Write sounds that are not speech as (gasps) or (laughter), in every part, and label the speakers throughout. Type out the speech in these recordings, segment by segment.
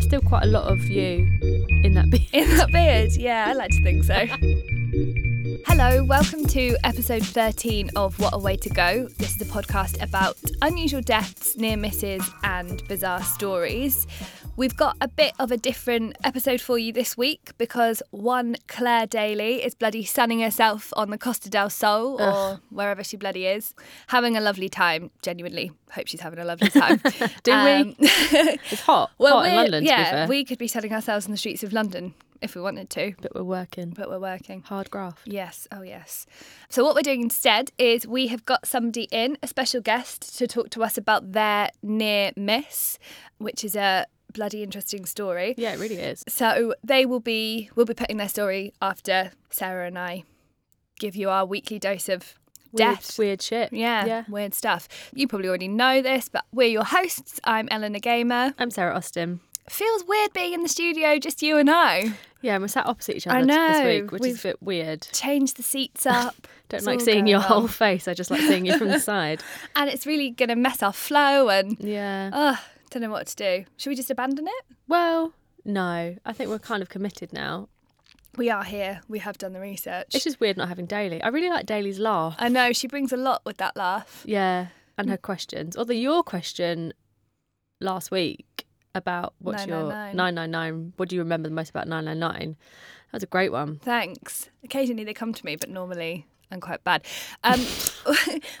Speaker 1: still quite a lot of you in that beard.
Speaker 2: In that beard? Yeah, I like to think so. Hello, welcome to episode 13 of What a Way to Go. This is a podcast about unusual deaths, near misses, and bizarre stories. We've got a bit of a different episode for you this week because one Claire Daly is bloody sunning herself on the Costa del Sol or wherever she bloody is, having a lovely time. Genuinely, hope she's having a lovely time. Um,
Speaker 1: Do
Speaker 2: we? (laughs)
Speaker 1: It's hot. hot in
Speaker 2: we're-
Speaker 1: London,
Speaker 2: yeah,
Speaker 1: to be fair.
Speaker 2: we could be sunning ourselves in the streets of London if we wanted to,
Speaker 1: but we're working.
Speaker 2: but we're working.
Speaker 1: Hard graft.
Speaker 2: Yes, oh yes. So, what we're doing instead is we have got somebody in, a special guest, to talk to us about their near miss, which is a bloody interesting story.
Speaker 1: Yeah, it really is.
Speaker 2: So, they will be, we'll be putting their story after Sarah and I give you our weekly dose of
Speaker 1: Weird,
Speaker 2: death.
Speaker 1: weird shit.
Speaker 2: Yeah,
Speaker 1: Yeah.
Speaker 2: weird stuff. You probably already know this, but we're your hosts. I'm Eleanor Gamer.
Speaker 1: I'm Sarah Austin.
Speaker 2: Feels weird being in the studio, just you and I.
Speaker 1: Yeah, and we're sat opposite each other
Speaker 2: I
Speaker 1: t-
Speaker 2: know,
Speaker 1: this week, which
Speaker 2: we've-
Speaker 1: is a bit weird.
Speaker 2: Change the seats (laughs) up.
Speaker 1: Don't
Speaker 2: It's
Speaker 1: like
Speaker 2: all
Speaker 1: seeing your
Speaker 2: going
Speaker 1: whole
Speaker 2: on.
Speaker 1: face. I just like seeing you from (laughs) the side.
Speaker 2: And it's really going to mess our flow and
Speaker 1: Yeah.
Speaker 2: Ugh, don't know what to do. Should we just abandon it?
Speaker 1: Well, no. I think we're kind of committed now.
Speaker 2: We are here. We have done the research.
Speaker 1: It's just weird not having Daly. I really like Daly's laugh.
Speaker 2: I know she brings a lot with that laugh.
Speaker 1: Yeah, and her questions. Although your question last week about what's your
Speaker 2: 999.
Speaker 1: 999, what do you remember the most about 999? That was a great one.
Speaker 2: Thanks. Occasionally they come to me, but normally I'm quite bad. (laughs) Um,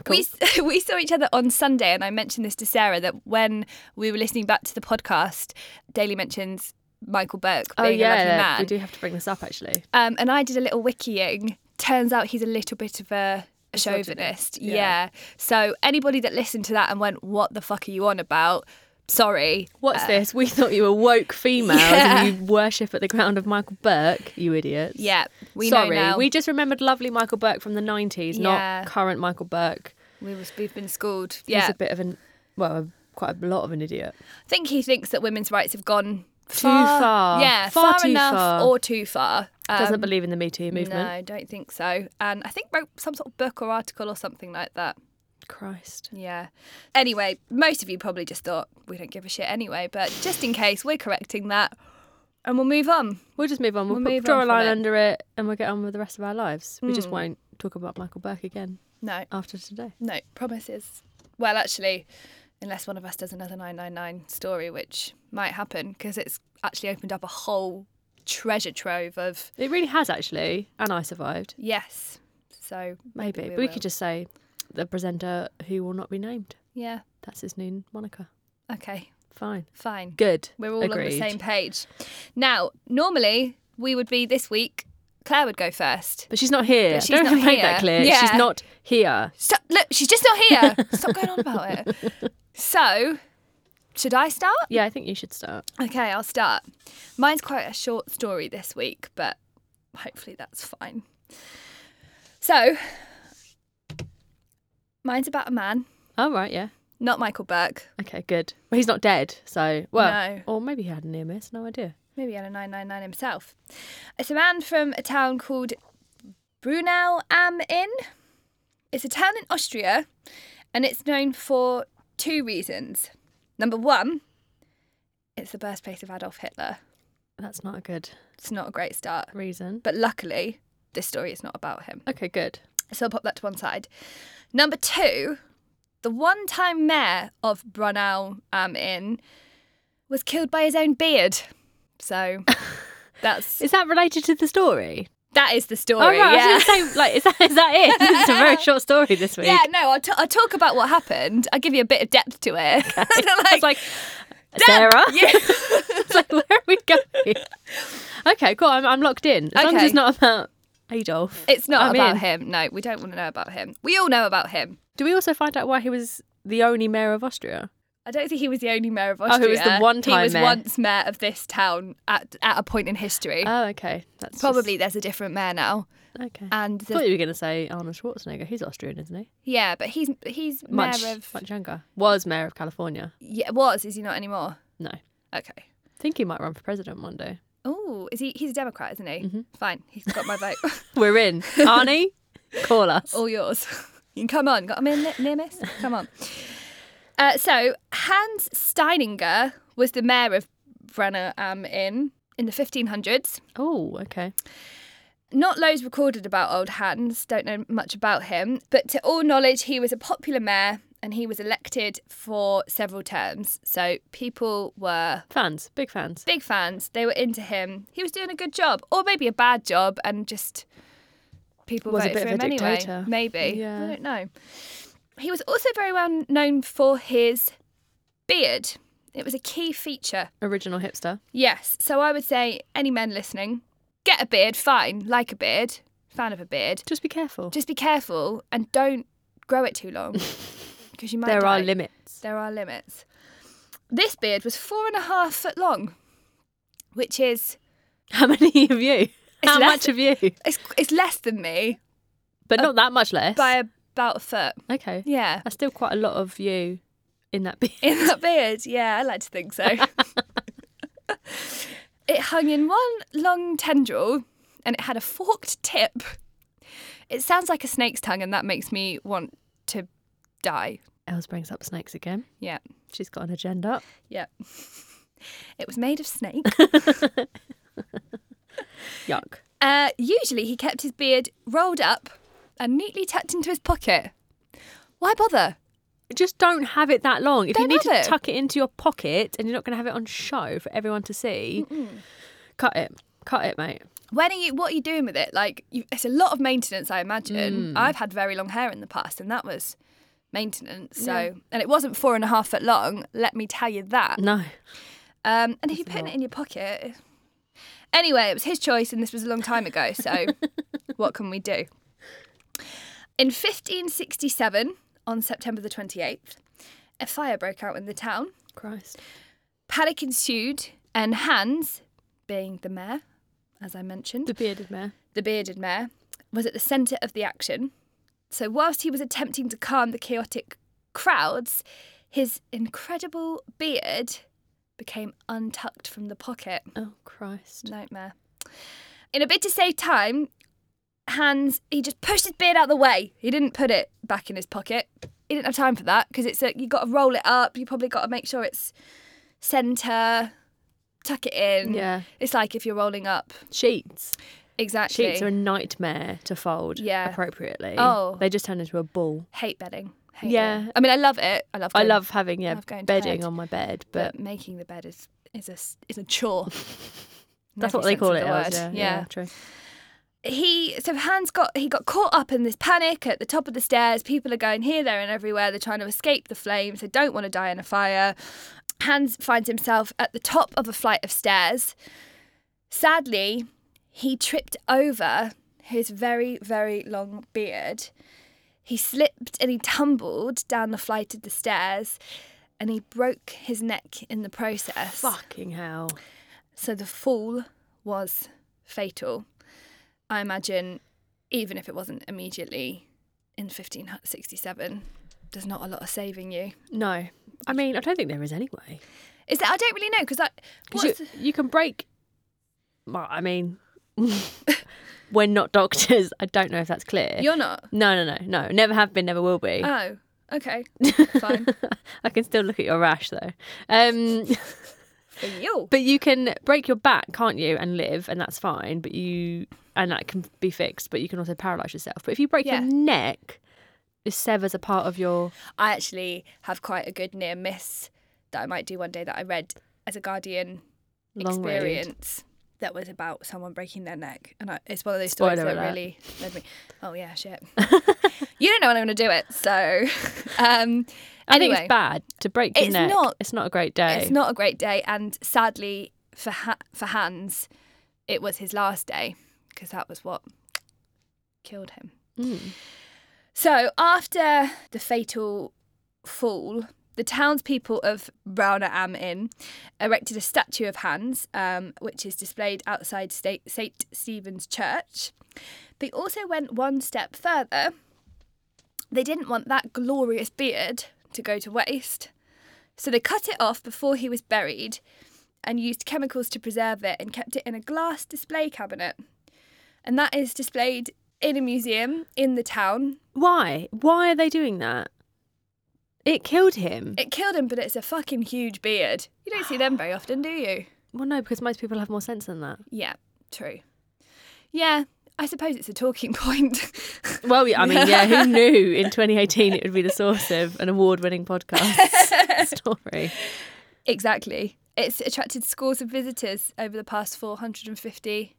Speaker 2: we (laughs) we saw each other on Sunday, and I mentioned this to Sarah that when we were listening back to the podcast, Daily mentions Michael Burke being a lovely man,
Speaker 1: Oh, we do have to bring this up actually.
Speaker 2: Um, and I did a little wikiing. Turns out he's a little bit of a, a chauvinist. Yeah. So anybody that listened to that and went, "What the fuck are you on about?" Sorry.
Speaker 1: What's this? We thought you were woke females
Speaker 2: Uh, (laughs) yeah.
Speaker 1: and you worship at the ground of Michael Burke, you idiots.
Speaker 2: Yeah. We
Speaker 1: Sorry,
Speaker 2: know now.
Speaker 1: we just remembered lovely Michael Burke from the 90s,
Speaker 2: Yeah.
Speaker 1: not current Michael Burke.
Speaker 2: we was, we've been schooled.
Speaker 1: He's
Speaker 2: Yeah.
Speaker 1: a bit of an, well, a- quite a lot of an idiot.
Speaker 2: I think he thinks that women's rights have gone
Speaker 1: Too far.
Speaker 2: Yeah.
Speaker 1: Far too
Speaker 2: enough
Speaker 1: far.
Speaker 2: or too far. Um,
Speaker 1: Doesn't believe in the Me Too movement.
Speaker 2: No, I don't think so. And I think wrote some sort of book or article or something like that.
Speaker 1: Christ.
Speaker 2: Yeah. Anyway, most of you probably just thought we don't give a shit anyway, but just in case, we're correcting that and we'll move on.
Speaker 1: We'll just move on. Hmm. We'll,
Speaker 2: We'll
Speaker 1: put-
Speaker 2: move
Speaker 1: draw
Speaker 2: on
Speaker 1: a
Speaker 2: from
Speaker 1: line
Speaker 2: it.
Speaker 1: under it and we'll get on with the rest of our lives. We just won't talk about Michael Burke again
Speaker 2: No,
Speaker 1: after today.
Speaker 2: no, promises. Well, actually, unless one of us does another 999 story, which might happen because it's actually opened up a whole treasure trove of
Speaker 1: It really has, actually. And I survived.
Speaker 2: yes. So
Speaker 1: Maybe.
Speaker 2: maybe
Speaker 1: but
Speaker 2: we
Speaker 1: we
Speaker 2: will.
Speaker 1: could just say the presenter who will not be named.
Speaker 2: yeah,
Speaker 1: That's his new moniker.
Speaker 2: okay,
Speaker 1: Fine.
Speaker 2: fine.
Speaker 1: Good.
Speaker 2: We're all on the
Speaker 1: Agreed.
Speaker 2: same page. Now, normally we would be this week, Claire would go first.
Speaker 1: But she's not here.
Speaker 2: But she's
Speaker 1: (laughs) Don't
Speaker 2: not
Speaker 1: make that
Speaker 2: here.
Speaker 1: clear. She's
Speaker 2: Yeah.
Speaker 1: not here.
Speaker 2: Stop, look, she's just not (laughs) here. Stop going on about it. So, should I start?
Speaker 1: Yeah, I think you should start.
Speaker 2: Okay, I'll start. Mine's quite a short story this week, but hopefully that's fine. So, mine's about a man,
Speaker 1: Oh, right, yeah.
Speaker 2: not Michael Burke.
Speaker 1: Okay, good. Well, he's not dead, so well,
Speaker 2: No.
Speaker 1: or maybe he had a near miss. No idea.
Speaker 2: Maybe he had a 999 himself. It's a man from a town called Brunel am Inn. It's a town in Austria and it's known for two reasons. Number one, it's the birthplace of Adolf Hitler.
Speaker 1: That's not a good
Speaker 2: It's not a great start.
Speaker 1: reason.
Speaker 2: But luckily, this story is not about him.
Speaker 1: Okay, good.
Speaker 2: So I'll pop that to one side. Number two, the one time mayor of Brunel am Inn was killed by his own beard. So that's
Speaker 1: Is that related to the story?
Speaker 2: That is the story.
Speaker 1: Oh, right. I
Speaker 2: yeah.
Speaker 1: was going to say, (laughs) like, is that, is that it? (laughs) it's a very short story this week.
Speaker 2: yeah, no, I'll, t- I'll talk about what happened. I'll give you a bit of depth to it. (laughs)
Speaker 1: I was like,
Speaker 2: Damn,
Speaker 1: Sarah?
Speaker 2: (laughs)
Speaker 1: (laughs)
Speaker 2: yeah.
Speaker 1: It's like, where are we going? Okay, cool. I'm, I'm locked in. As long as
Speaker 2: Okay.
Speaker 1: it's not about Adolf.
Speaker 2: It's
Speaker 1: (laughs)
Speaker 2: not
Speaker 1: I'm
Speaker 2: about
Speaker 1: in.
Speaker 2: him. No, we don't want to know about him. We all know about him.
Speaker 1: Do we also find out why he was the only mayor of Austria?
Speaker 2: I don't think he was the only mayor of
Speaker 1: Oh,
Speaker 2: Austria.
Speaker 1: he was the one-time
Speaker 2: He was
Speaker 1: mayor.
Speaker 2: once mayor of this town at, at a point in history.
Speaker 1: Oh, okay. That's
Speaker 2: Probably there's a different mayor now.
Speaker 1: just- okay. I
Speaker 2: And the-
Speaker 1: thought you were going to say Arnold Schwarzenegger. He's Austrian, isn't he?
Speaker 2: yeah, but he's he's
Speaker 1: Much,
Speaker 2: mayor of
Speaker 1: much younger. Was mayor of California.
Speaker 2: yeah was is he not anymore?
Speaker 1: No.
Speaker 2: Okay.
Speaker 1: Think he might run for president one day.
Speaker 2: Oh, is he? He's a Democrat, isn't he?
Speaker 1: Mm-hmm.
Speaker 2: Fine, he's got my vote. (laughs)
Speaker 1: We're (laughs) in. Arnie, call us.
Speaker 2: All yours. (laughs) You can come on. Got him in ne- near miss? Come on. Uh, so, Hans Steininger was the mayor of Brenner am in in the 1500s.
Speaker 1: Oh, okay.
Speaker 2: Not loads recorded about Old Hans, don't know much about him, but to all knowledge, he was a popular mayor and he was elected for several terms. So people were
Speaker 1: Fans, big fans.
Speaker 2: big fans, they were into him. He was doing a good job, or maybe a bad job, and just people
Speaker 1: Was a
Speaker 2: voted
Speaker 1: bit
Speaker 2: for
Speaker 1: of
Speaker 2: him
Speaker 1: a
Speaker 2: anyway.
Speaker 1: dictator.
Speaker 2: Maybe.
Speaker 1: Yeah.
Speaker 2: I don't know. He was also very well known for his beard. It was a key feature
Speaker 1: Original hipster.
Speaker 2: Yes. So I would say any men listening, get a beard, fine, like a beard, fan of a beard.
Speaker 1: Just be careful.
Speaker 2: Just be careful and don't grow it
Speaker 1: (laughs)
Speaker 2: too long because you might.
Speaker 1: there are
Speaker 2: die.
Speaker 1: limits.
Speaker 2: There are limits. This beard was four and a half foot long, which is
Speaker 1: How many (laughs) of you? How much
Speaker 2: less-
Speaker 1: of you?
Speaker 2: it's, it's less than me
Speaker 1: But not that much less.
Speaker 2: by about a foot.
Speaker 1: okay.
Speaker 2: Yeah.
Speaker 1: That's still quite a lot of you in that (laughs) beard.
Speaker 2: In that beard, yeah, I like to think so. it hung in one long tendril and it had a forked tip. It sounds like a snake's tongue, and that makes me want to die.
Speaker 1: Els brings up snakes again.
Speaker 2: Yeah,
Speaker 1: She's got an agenda.
Speaker 2: yeah. It was made of snake.
Speaker 1: Yuck.
Speaker 2: Uh, usually, he kept his beard rolled up and neatly tucked into his pocket. Why bother?
Speaker 1: Just don't have it that long. If
Speaker 2: Don't
Speaker 1: you need
Speaker 2: have
Speaker 1: to
Speaker 2: it.
Speaker 1: tuck it into your pocket and you're not going to have it on show for everyone to see, cut it. Cut it, mate.
Speaker 2: When are you? What are you doing with it? Like, you, it's a lot of maintenance, I imagine. I've had very long hair in the past, and that was maintenance. So, and it wasn't four and a half foot long. Let me tell you that.
Speaker 1: No.
Speaker 2: Um, and if you're putting it in your pocket, anyway, it was his choice, and this was a long time ago. So, what can we do? In 1567, on September the 28th, a fire broke out in the town.
Speaker 1: Christ.
Speaker 2: Panic ensued, and Hans, being the mayor, as I mentioned,
Speaker 1: The bearded mare.
Speaker 2: the bearded mayor, was at the centre of the action. So, whilst he was attempting to calm the chaotic crowds, his incredible beard became untucked from the pocket.
Speaker 1: Oh, Christ.
Speaker 2: Nightmare. In a bid to save time, Hans he just pushed his beard out the way. He didn't put it back in his pocket. He didn't have time for that because it's a, you got to roll it up. You probably got to make sure it's centre, tuck it in.
Speaker 1: Yeah.
Speaker 2: It's like if you're rolling up.
Speaker 1: Sheets.
Speaker 2: Exactly.
Speaker 1: Sheets are a nightmare to fold
Speaker 2: Yeah.
Speaker 1: appropriately.
Speaker 2: Oh.
Speaker 1: They just turn into a ball.
Speaker 2: hate bedding. Hate
Speaker 1: Yeah.
Speaker 2: it. I mean, I love it. I love.
Speaker 1: I
Speaker 2: going-
Speaker 1: love having yeah
Speaker 2: love going to
Speaker 1: bedding
Speaker 2: bed.
Speaker 1: on my bed, but
Speaker 2: but making the bed is is a s- is a chore. In
Speaker 1: (laughs) that's
Speaker 2: every
Speaker 1: what they
Speaker 2: sense
Speaker 1: call
Speaker 2: of
Speaker 1: it.
Speaker 2: the
Speaker 1: Els,
Speaker 2: word.
Speaker 1: Yeah,
Speaker 2: yeah.
Speaker 1: true.
Speaker 2: he so Hans got he got caught up in this panic at the top of the stairs. People are going here, there, and everywhere. They're trying to escape the flames. They don't want to die in a fire. Hans finds himself at the top of a flight of stairs. Sadly, he tripped over his very, very long beard. He slipped and he tumbled down the flight of the stairs and he broke his neck in the process.
Speaker 1: Fucking hell.
Speaker 2: So the fall was fatal. I imagine, even if it wasn't immediately in 1567, there's not a lot of saving you.
Speaker 1: No, I mean I don't think there is anyway.
Speaker 2: Is that I don't really know because I
Speaker 1: 'Cause You, you can break. Well, I mean, (laughs) we're not doctors. I don't know if that's clear.
Speaker 2: you're not.
Speaker 1: no, no, no, no. Never have been. Never will be.
Speaker 2: Oh, okay, fine
Speaker 1: I can still look at your rash though. Um, (laughs)
Speaker 2: for you.
Speaker 1: but you can break your back, can't you, and live, and that's fine. But you and that can be fixed. But you can also paralyze yourself. But if you break
Speaker 2: Yeah.
Speaker 1: your neck, it severs a part of your.
Speaker 2: I actually have quite a good near miss that I might do one day that I read as a Guardian
Speaker 1: Long read.
Speaker 2: experience that was about someone breaking their neck, and I, it's one of those stories
Speaker 1: Spoiler
Speaker 2: that
Speaker 1: alert.
Speaker 2: really made me. Oh
Speaker 1: (laughs)
Speaker 2: yeah, shit. you don't know when I'm going to do it, so um,
Speaker 1: I
Speaker 2: anyway,
Speaker 1: think it's bad to break your
Speaker 2: It's
Speaker 1: neck.
Speaker 2: not-
Speaker 1: It's not a great day.
Speaker 2: it's not a great day, and sadly for ha- for Hans, it was his last day because that was what killed him.
Speaker 1: Mm.
Speaker 2: So after the fatal fall, the townspeople of Browner Am Inn erected a statue of Hans, um, which is displayed outside State, St Stephen's Church. They also went one step further. They didn't want that glorious beard to go to waste, so they cut it off before he was buried and used chemicals to preserve it and kept it in a glass display cabinet. And that is displayed in a museum in the town
Speaker 1: Why? Why are they doing that? It killed him. (sighs)
Speaker 2: It killed him, but it's a fucking huge beard. You don't see them very often, do you?
Speaker 1: Well, no, because most people have more sense than that.
Speaker 2: Yeah, true. Yeah, I suppose it's a talking (laughs) point.
Speaker 1: Well, yeah, I mean, yeah,
Speaker 2: (laughs)
Speaker 1: who knew in 2018 it would be the source of an award winning podcast
Speaker 2: (laughs)
Speaker 1: story?
Speaker 2: exactly. It's attracted scores of visitors over the past 450.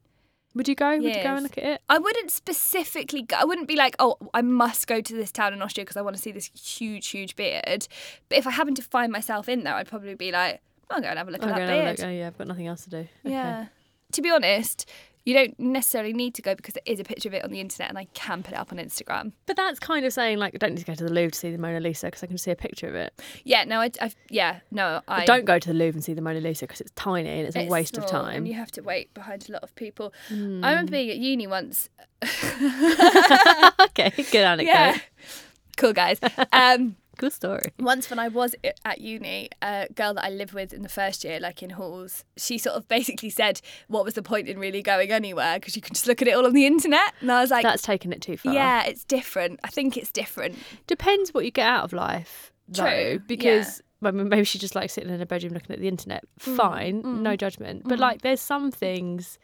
Speaker 1: Would you go? Would you go
Speaker 2: Yes.
Speaker 1: and look at it?
Speaker 2: I wouldn't specifically go, I wouldn't be like, oh, I must go to this town in Austria because I want to see this huge, huge beard. But if I happened to find myself in there, I'd probably be like, I'll go and have a look
Speaker 1: I'll
Speaker 2: at
Speaker 1: go
Speaker 2: that
Speaker 1: and have a
Speaker 2: beard.
Speaker 1: look. Oh, yeah, I've got nothing else to do. Okay.
Speaker 2: Yeah. To be honest, you don't necessarily need to go because there is a picture of it on the internet and I can put it up on Instagram.
Speaker 1: But that's kind of saying, like, I don't need to go to the Louvre to see the Mona Lisa because I can see a picture of it.
Speaker 2: Yeah, no, I, I yeah, no, I
Speaker 1: But don't go to the Louvre and see the Mona Lisa because it's tiny and it's, a
Speaker 2: it's
Speaker 1: waste of
Speaker 2: small
Speaker 1: time. Hmm.
Speaker 2: And you have to wait behind a lot of people. I remember being at uni once.
Speaker 1: (laughs) okay, good anecdote.
Speaker 2: Yeah. (laughs)
Speaker 1: (laughs)
Speaker 2: cool guys. Um,
Speaker 1: Cool story.
Speaker 2: once when I was i- at uni, a girl that I lived with in the first year, like in halls, she sort of basically said, "What was the point in really going anywhere? Because you can just look at it all on the internet." And I was like,
Speaker 1: That's taken it too far.
Speaker 2: "Yeah, it's different. I think it's different."
Speaker 1: Depends what you get out of life,
Speaker 2: True, yeah.
Speaker 1: though, because I mean, maybe she just likes sitting in her bedroom looking at the internet.
Speaker 2: Mm,
Speaker 1: Fine, no judgment. But like, there's some things,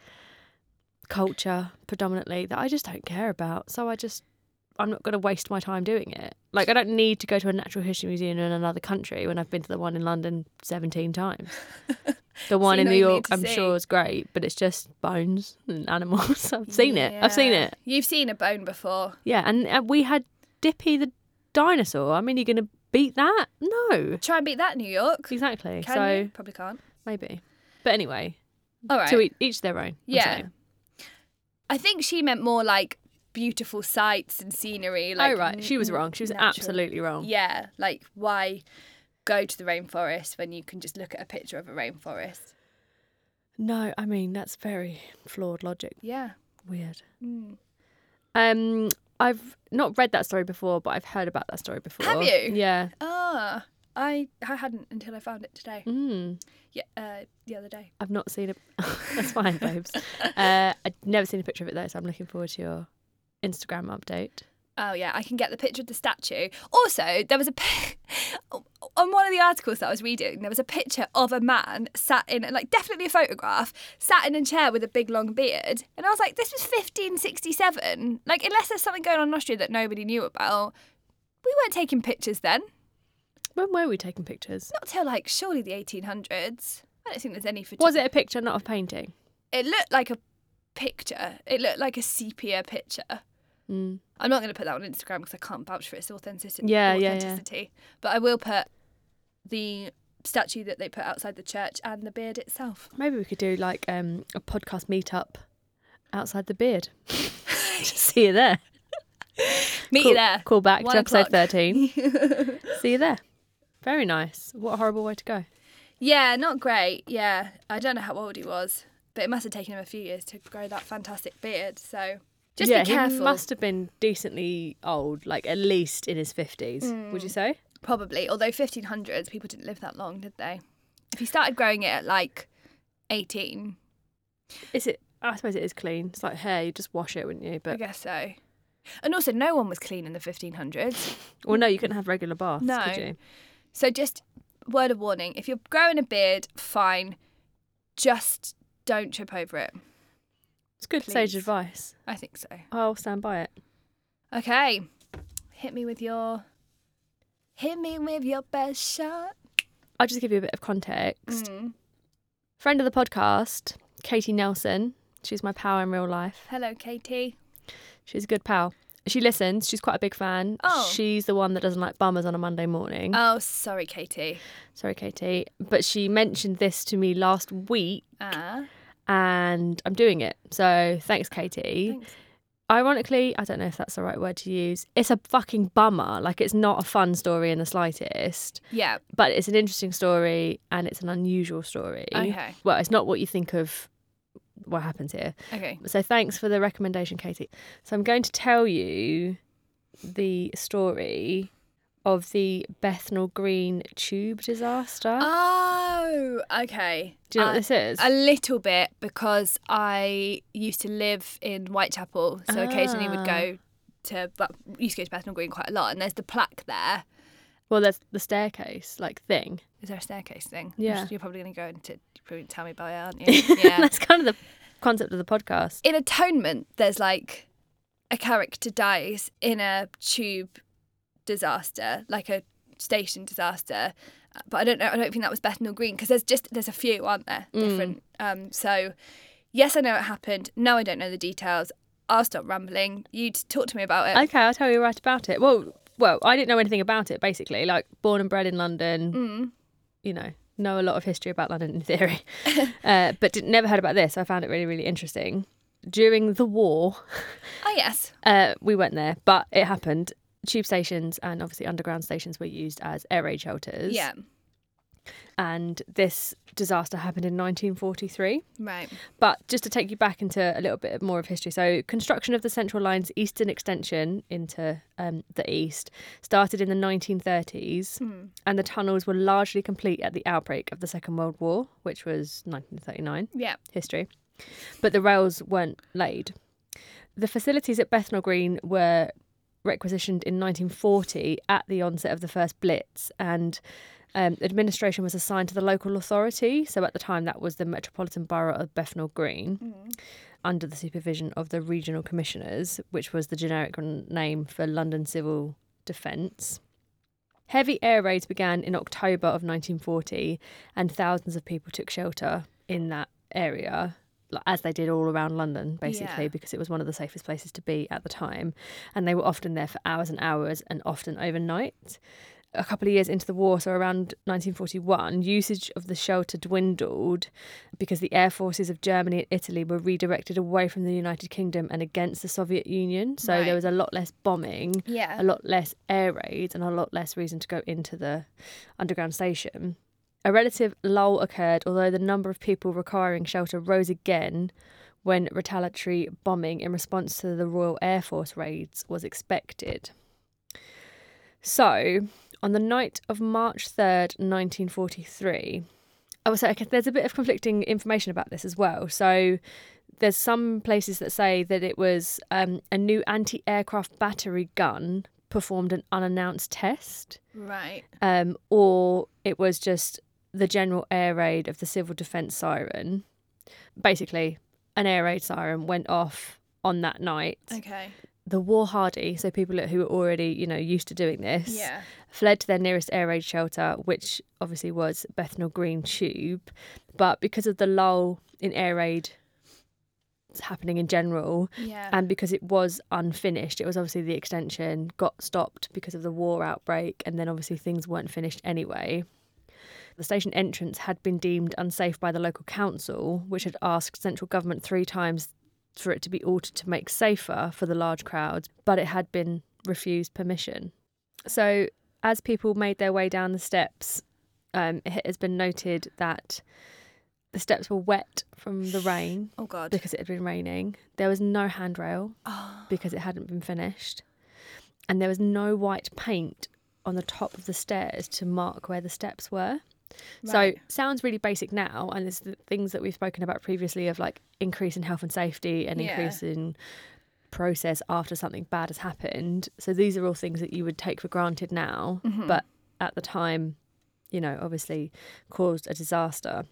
Speaker 1: culture predominantly, that I just don't care about. So I just, I'm not going to waste my time doing it. Like, I don't need to go to a natural history museum in another country when I've been to the one in London 17
Speaker 2: (laughs)
Speaker 1: times. The one
Speaker 2: you
Speaker 1: in
Speaker 2: know
Speaker 1: New
Speaker 2: you need
Speaker 1: York,
Speaker 2: to
Speaker 1: I'm
Speaker 2: see.
Speaker 1: sure, is great, but it's just bones and animals. (laughs) I've seen it. I've seen
Speaker 2: Yeah.
Speaker 1: it.
Speaker 2: You've seen a bone before.
Speaker 1: Yeah, and, and we had Dippy the dinosaur. I mean, you're going to beat that? No.
Speaker 2: Try and beat that, New York.
Speaker 1: Exactly.
Speaker 2: Can
Speaker 1: so
Speaker 2: you? Probably can't.
Speaker 1: maybe. But anyway,
Speaker 2: All right.
Speaker 1: to each, each their own. I'm
Speaker 2: Yeah.
Speaker 1: saying.
Speaker 2: I think she meant more like beautiful sights and scenery. Like,
Speaker 1: oh, right. She was wrong. She was
Speaker 2: natural-
Speaker 1: absolutely wrong.
Speaker 2: Yeah, like why go to the rainforest when you can just look at a picture of a rainforest?
Speaker 1: No, I mean, that's very flawed logic.
Speaker 2: Yeah.
Speaker 1: Weird.
Speaker 2: Mm.
Speaker 1: Um, I've not read that story before, but I've heard about that story before.
Speaker 2: Have you?
Speaker 1: Yeah.
Speaker 2: Ah, I I hadn't until I found it today.
Speaker 1: Mm,
Speaker 2: Yeah, uh, the other day.
Speaker 1: I've not seen it. (laughs) that's fine, babes. Uh, I've never seen a picture of it, though, so I'm looking forward to your Instagram update.
Speaker 2: Oh yeah, I can get the picture of the statue. Also, there was a pi- (laughs) on one of the articles that I was reading, there was a picture of a man sat in like definitely a photograph, sat in a chair with a big long beard. And I was like, this was 1567. Like unless there's something going on in Austria that nobody knew about, we weren't taking pictures then.
Speaker 1: When were we taking pictures?
Speaker 2: Not till like surely the 1800s. I don't think there's any photo-
Speaker 1: Was it a picture, not a painting?
Speaker 2: It looked like a picture. It looked like a sepia picture.
Speaker 1: Mm.
Speaker 2: I'm not going to put that on Instagram because I can't vouch for its authenticity.
Speaker 1: Yeah, yeah, yeah.
Speaker 2: authenticity. But I will put the statue that they put outside the church and the beard itself.
Speaker 1: Maybe we could do like um, a podcast meetup outside the beard. (laughs) Just see you there.
Speaker 2: Meet
Speaker 1: Call-
Speaker 2: you there.
Speaker 1: Call back
Speaker 2: One
Speaker 1: to episode
Speaker 2: o'clock.
Speaker 1: 13. see you there. Very nice. What a horrible way to go.
Speaker 2: Yeah, not great. Yeah, I don't know how old he was, but it must have taken him a few years to grow that fantastic beard. So just
Speaker 1: yeah,
Speaker 2: be careful.
Speaker 1: he must have been decently old, like at least in his 50s, would you say?
Speaker 2: Probably, although 1500s people didn't live that long, did they? If he started growing it at like 18,
Speaker 1: Is it? I suppose it is clean. It's like hair, you just wash it, wouldn't you?
Speaker 2: I
Speaker 1: But
Speaker 2: guess so. And also, no one was clean in the 1500s.
Speaker 1: well, no, you couldn't have regular baths,
Speaker 2: No.
Speaker 1: could you?
Speaker 2: So just word of warning, if you're growing a beard, fine. Just don't trip over it.
Speaker 1: It's good
Speaker 2: Please.
Speaker 1: sage advice.
Speaker 2: I think so.
Speaker 1: I'll stand by it.
Speaker 2: Okay. Hit me with your hit me with your best shot.
Speaker 1: I'll just give you a bit of context.
Speaker 2: Mm.
Speaker 1: Friend of the podcast, Katie Nelson. She's my pal in real life.
Speaker 2: Hello, Katie.
Speaker 1: She's a good pal. She listens. She's quite a big fan.
Speaker 2: Oh.
Speaker 1: She's the one that doesn't like bummers on a Monday morning.
Speaker 2: Oh, sorry, Katie.
Speaker 1: Sorry, Katie. But she mentioned this to me last week
Speaker 2: Ah.
Speaker 1: and I'm doing it. So thanks, Katie.
Speaker 2: Thanks.
Speaker 1: Ironically, I don't know if that's the right word to use. It's a fucking bummer. Like, it's not a fun story in the slightest,
Speaker 2: Yeah.
Speaker 1: but it's an interesting story and it's an unusual story.
Speaker 2: Okay.
Speaker 1: Well, it's not what you think of what happens here.
Speaker 2: Okay.
Speaker 1: So thanks for the recommendation, Katie. So I'm going to tell you the story of the Bethnal Green tube disaster.
Speaker 2: Oh, okay.
Speaker 1: Do you know
Speaker 2: Uh,
Speaker 1: what this is?
Speaker 2: A little bit because I used to live in Whitechapel, so occasionally would
Speaker 1: Ah.
Speaker 2: go to but used to go to Bethnal Green quite a lot, and there's the plaque there,
Speaker 1: Well, there's the staircase like thing.
Speaker 2: Is there a staircase thing?
Speaker 1: Yeah.
Speaker 2: You're probably going to go into you're probably gonna tell me about
Speaker 1: (laughs)
Speaker 2: it, aren't you? Yeah.
Speaker 1: That's kind of the concept of the podcast.
Speaker 2: in Atonement, there's like a character dies in a tube disaster, like a station disaster. uh, But I don't know. I don't think that was Bethnal Green because there's just there's a few, aren't there?
Speaker 1: Mm.
Speaker 2: Different. Um, so yes, I know it happened. No, I don't know the details. I'll stop rambling. You t- talk to me about it.
Speaker 1: Okay, I'll tell you right about it. Well, well, I didn't know anything about it basically. Like born and bred in London,
Speaker 2: Mm.
Speaker 1: you know, know a lot of history about London in
Speaker 2: (laughs)
Speaker 1: theory, uh, but did, never heard about this. I found it really, really interesting. During the war,
Speaker 2: oh yes.
Speaker 1: uh, we went there, but it happened. Tube stations and obviously underground stations were used as air raid shelters.
Speaker 2: Yeah.
Speaker 1: And this disaster happened in 1943.
Speaker 2: Right.
Speaker 1: But just to take you back into a little bit more of history, so construction of the Central Line's eastern extension into um, the east started in the 1930s, and the tunnels were largely complete at the outbreak of the Second World War, which was 1939
Speaker 2: Yeah.
Speaker 1: history. But the rails weren't laid. The facilities at Bethnal Green were requisitioned in 1940 at the onset of the first Blitz, and um, administration was assigned to the local authority. So at the time, that was the Metropolitan Borough of Bethnal Green, under the supervision of the Regional Commissioners, which was the generic n- name for London Civil Defence. Heavy air raids began in October of 1940, and thousands of people took shelter in that area, like, as they did all around London, basically,
Speaker 2: Yeah.
Speaker 1: because it was one of the safest places to be at the time. And they were often there for hours and hours, and often overnight. A couple of years into the war, so around 1941, usage of the shelter dwindled because the air forces of Germany and Italy were redirected away from the United Kingdom and against the Soviet Union. So
Speaker 2: Right.
Speaker 1: there was a lot less bombing
Speaker 2: Yeah.
Speaker 1: a lot less air raids and a lot less reason to go into the underground station. A relative lull occurred, although the number of people requiring shelter rose again when retaliatory bombing in response to the Royal Air Force raids was expected. So, on the night of March 3rd, 1943, I was oh, okay, there's a bit of conflicting information about this as well. So, there's some places that say that it was um, a new anti aircraft battery gun performed an unannounced test,
Speaker 2: Right.
Speaker 1: um, or it was just the general air raid of the civil defence siren. Basically, an air raid siren went off on that night.
Speaker 2: Okay.
Speaker 1: The war hardy, so people who were already, you know, used to doing this,
Speaker 2: Yeah.
Speaker 1: fled to their nearest air raid shelter, which obviously was Bethnal Green Tube. But because of the lull in air raid happening in general,
Speaker 2: Yeah.
Speaker 1: and because it was unfinished, it was obviously the extension got stopped because of the war outbreak, and then obviously things weren't finished anyway. The station entrance had been deemed unsafe by the local council, which had asked central government three times for it to be altered to make safer for the large crowds, but it had been refused permission. So, as people made their way down the steps, um, it has been noted that the steps were wet from the rain
Speaker 2: oh God.
Speaker 1: because it had been raining. There was no handrail because it hadn't been finished. And there was no white paint on the top of the stairs to mark where the steps were. So,
Speaker 2: Right.
Speaker 1: sounds really basic now. And it's the things that we've spoken about previously of like increase in health and safety and
Speaker 2: Yeah.
Speaker 1: increase in process after something bad has happened. So, these are all things that you would take for granted now.
Speaker 2: Mm-hmm.
Speaker 1: But at the time, you know, obviously caused a disaster.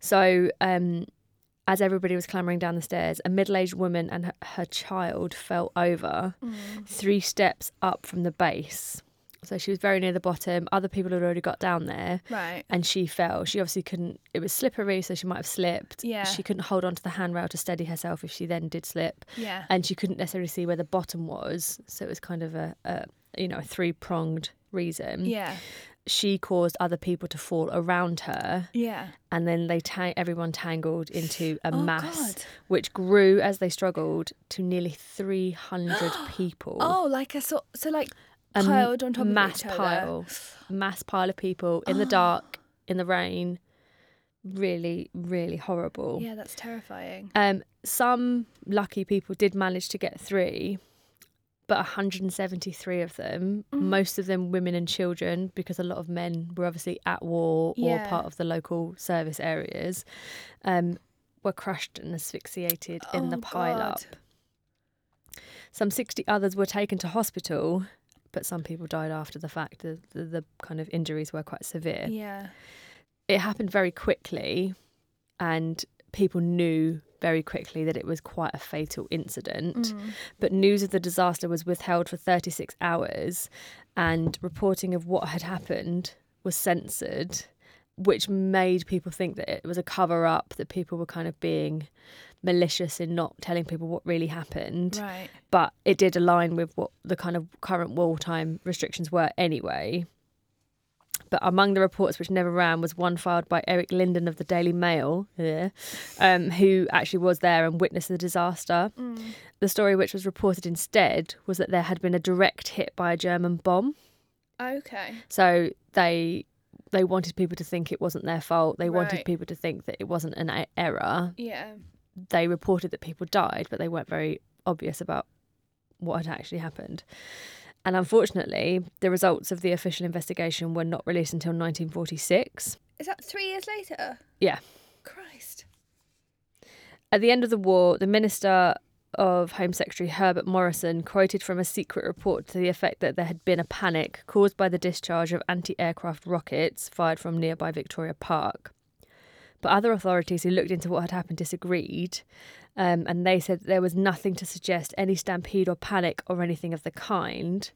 Speaker 1: So, um, as everybody was clambering down the stairs, a middle aged woman and her, her child fell over
Speaker 2: Mm.
Speaker 1: three steps up from the base. So she was very near the bottom. Other people had already got down there
Speaker 2: Right.
Speaker 1: and she fell. She obviously couldn't, it was slippery, so she might have slipped.
Speaker 2: Yeah.
Speaker 1: She couldn't hold onto the handrail to steady herself if she then did slip.
Speaker 2: Yeah.
Speaker 1: And she couldn't necessarily see where the bottom was. So it was kind of a, a you know, a three pronged reason.
Speaker 2: Yeah.
Speaker 1: She caused other people to fall around her
Speaker 2: Yeah.
Speaker 1: and then they ta- everyone tangled into a
Speaker 2: Oh,
Speaker 1: mass
Speaker 2: God.
Speaker 1: which grew as they struggled to nearly
Speaker 2: (gasps)
Speaker 1: 300 people
Speaker 2: Oh, like a sort so like
Speaker 1: m-
Speaker 2: piled on top
Speaker 1: mass
Speaker 2: of each other.
Speaker 1: pile mass pile of people
Speaker 2: (gasps)
Speaker 1: in the dark in the rain really really horrible
Speaker 2: Yeah, that's terrifying.
Speaker 1: um some lucky people did manage to get through but 173 of them,
Speaker 2: Mm.
Speaker 1: most of them women and children, because a lot of men were obviously at war
Speaker 2: Yeah.
Speaker 1: or part of the local service areas, um, were crushed and asphyxiated in the
Speaker 2: Oh,
Speaker 1: pile
Speaker 2: God.
Speaker 1: up. Some 60 others were taken to hospital, but some people died after the fact. The, the, the kind of injuries were quite severe.
Speaker 2: Yeah.
Speaker 1: It happened very quickly, and people knew very quickly that it was quite a fatal incident.
Speaker 2: Mm.
Speaker 1: But news of the disaster was withheld for 36 hours, and reporting of what had happened was censored, which made people think that it was a cover up, that people were kind of being malicious in not telling people what really happened
Speaker 2: Right.
Speaker 1: but it did align with what the kind of current wartime restrictions were anyway. But among the reports which never ran was one filed by Eric Linden of the Daily Mail, yeah, um, who actually was there and witnessed the disaster.
Speaker 2: Mm.
Speaker 1: The story which was reported instead was that there had been a direct hit by a German bomb.
Speaker 2: Okay.
Speaker 1: So they they wanted people to think it wasn't their fault. They wanted
Speaker 2: Right.
Speaker 1: people to think that it wasn't an e- error.
Speaker 2: Yeah.
Speaker 1: They reported that people died, but they weren't very obvious about what had actually happened. And unfortunately, the results of the official investigation were not released until 1946.
Speaker 2: Is that three years later?
Speaker 1: Yeah.
Speaker 2: Christ.
Speaker 1: At the end of the war, the Minister of Home Secretary Herbert Morrison quoted from a secret report to the effect that there had been a panic caused by the discharge of anti aircraft rockets fired from nearby Victoria Park. But other authorities who looked into what had happened disagreed, um, and they said there was nothing to suggest any stampede or panic or anything of the kind.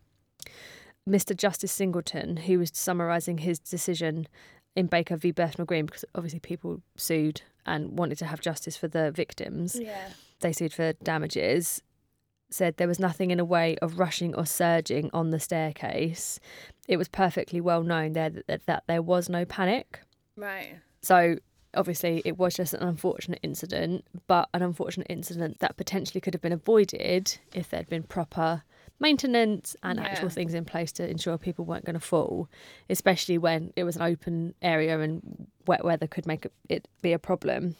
Speaker 1: Mr. Justice Singleton, who was summarising his decision in Baker v. Bethnal Green, because obviously people sued and wanted to have justice for the victims,
Speaker 2: Yeah.
Speaker 1: they sued for damages, said there was nothing in a way of rushing or surging on the staircase. It was perfectly well known there that, that, that there was no panic.
Speaker 2: Right.
Speaker 1: So obviously it was just an unfortunate incident, but an unfortunate incident that potentially could have been avoided if there'd been proper maintenance and actual
Speaker 2: Yeah.
Speaker 1: things in place to ensure people weren't going to fall, especially when it was an open area and wet weather could make it be a problem.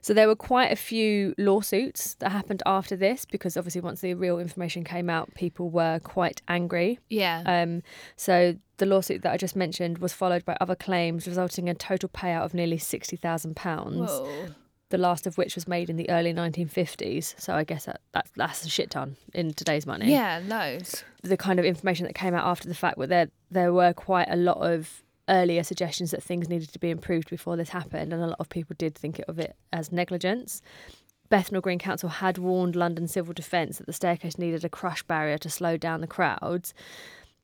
Speaker 1: So there were quite a few lawsuits that happened after this because obviously once the real information came out, people were quite angry.
Speaker 2: Yeah.
Speaker 1: Um, so the lawsuit that I just mentioned was followed by other claims, resulting in a total payout of nearly sixty thousand pounds.
Speaker 2: Whoa.
Speaker 1: The last of which was made in the early nineteen fifties. So I guess that, that that's a shit ton in today's money.
Speaker 2: Yeah, loads.
Speaker 1: The kind of information that came out after the fact, where there there were quite a lot of earlier suggestions that things needed to be improved before this happened, and a lot of people did think of it as negligence. Bethnal Green Council had warned London Civil Defence that the staircase needed a crush barrier to slow down the crowds,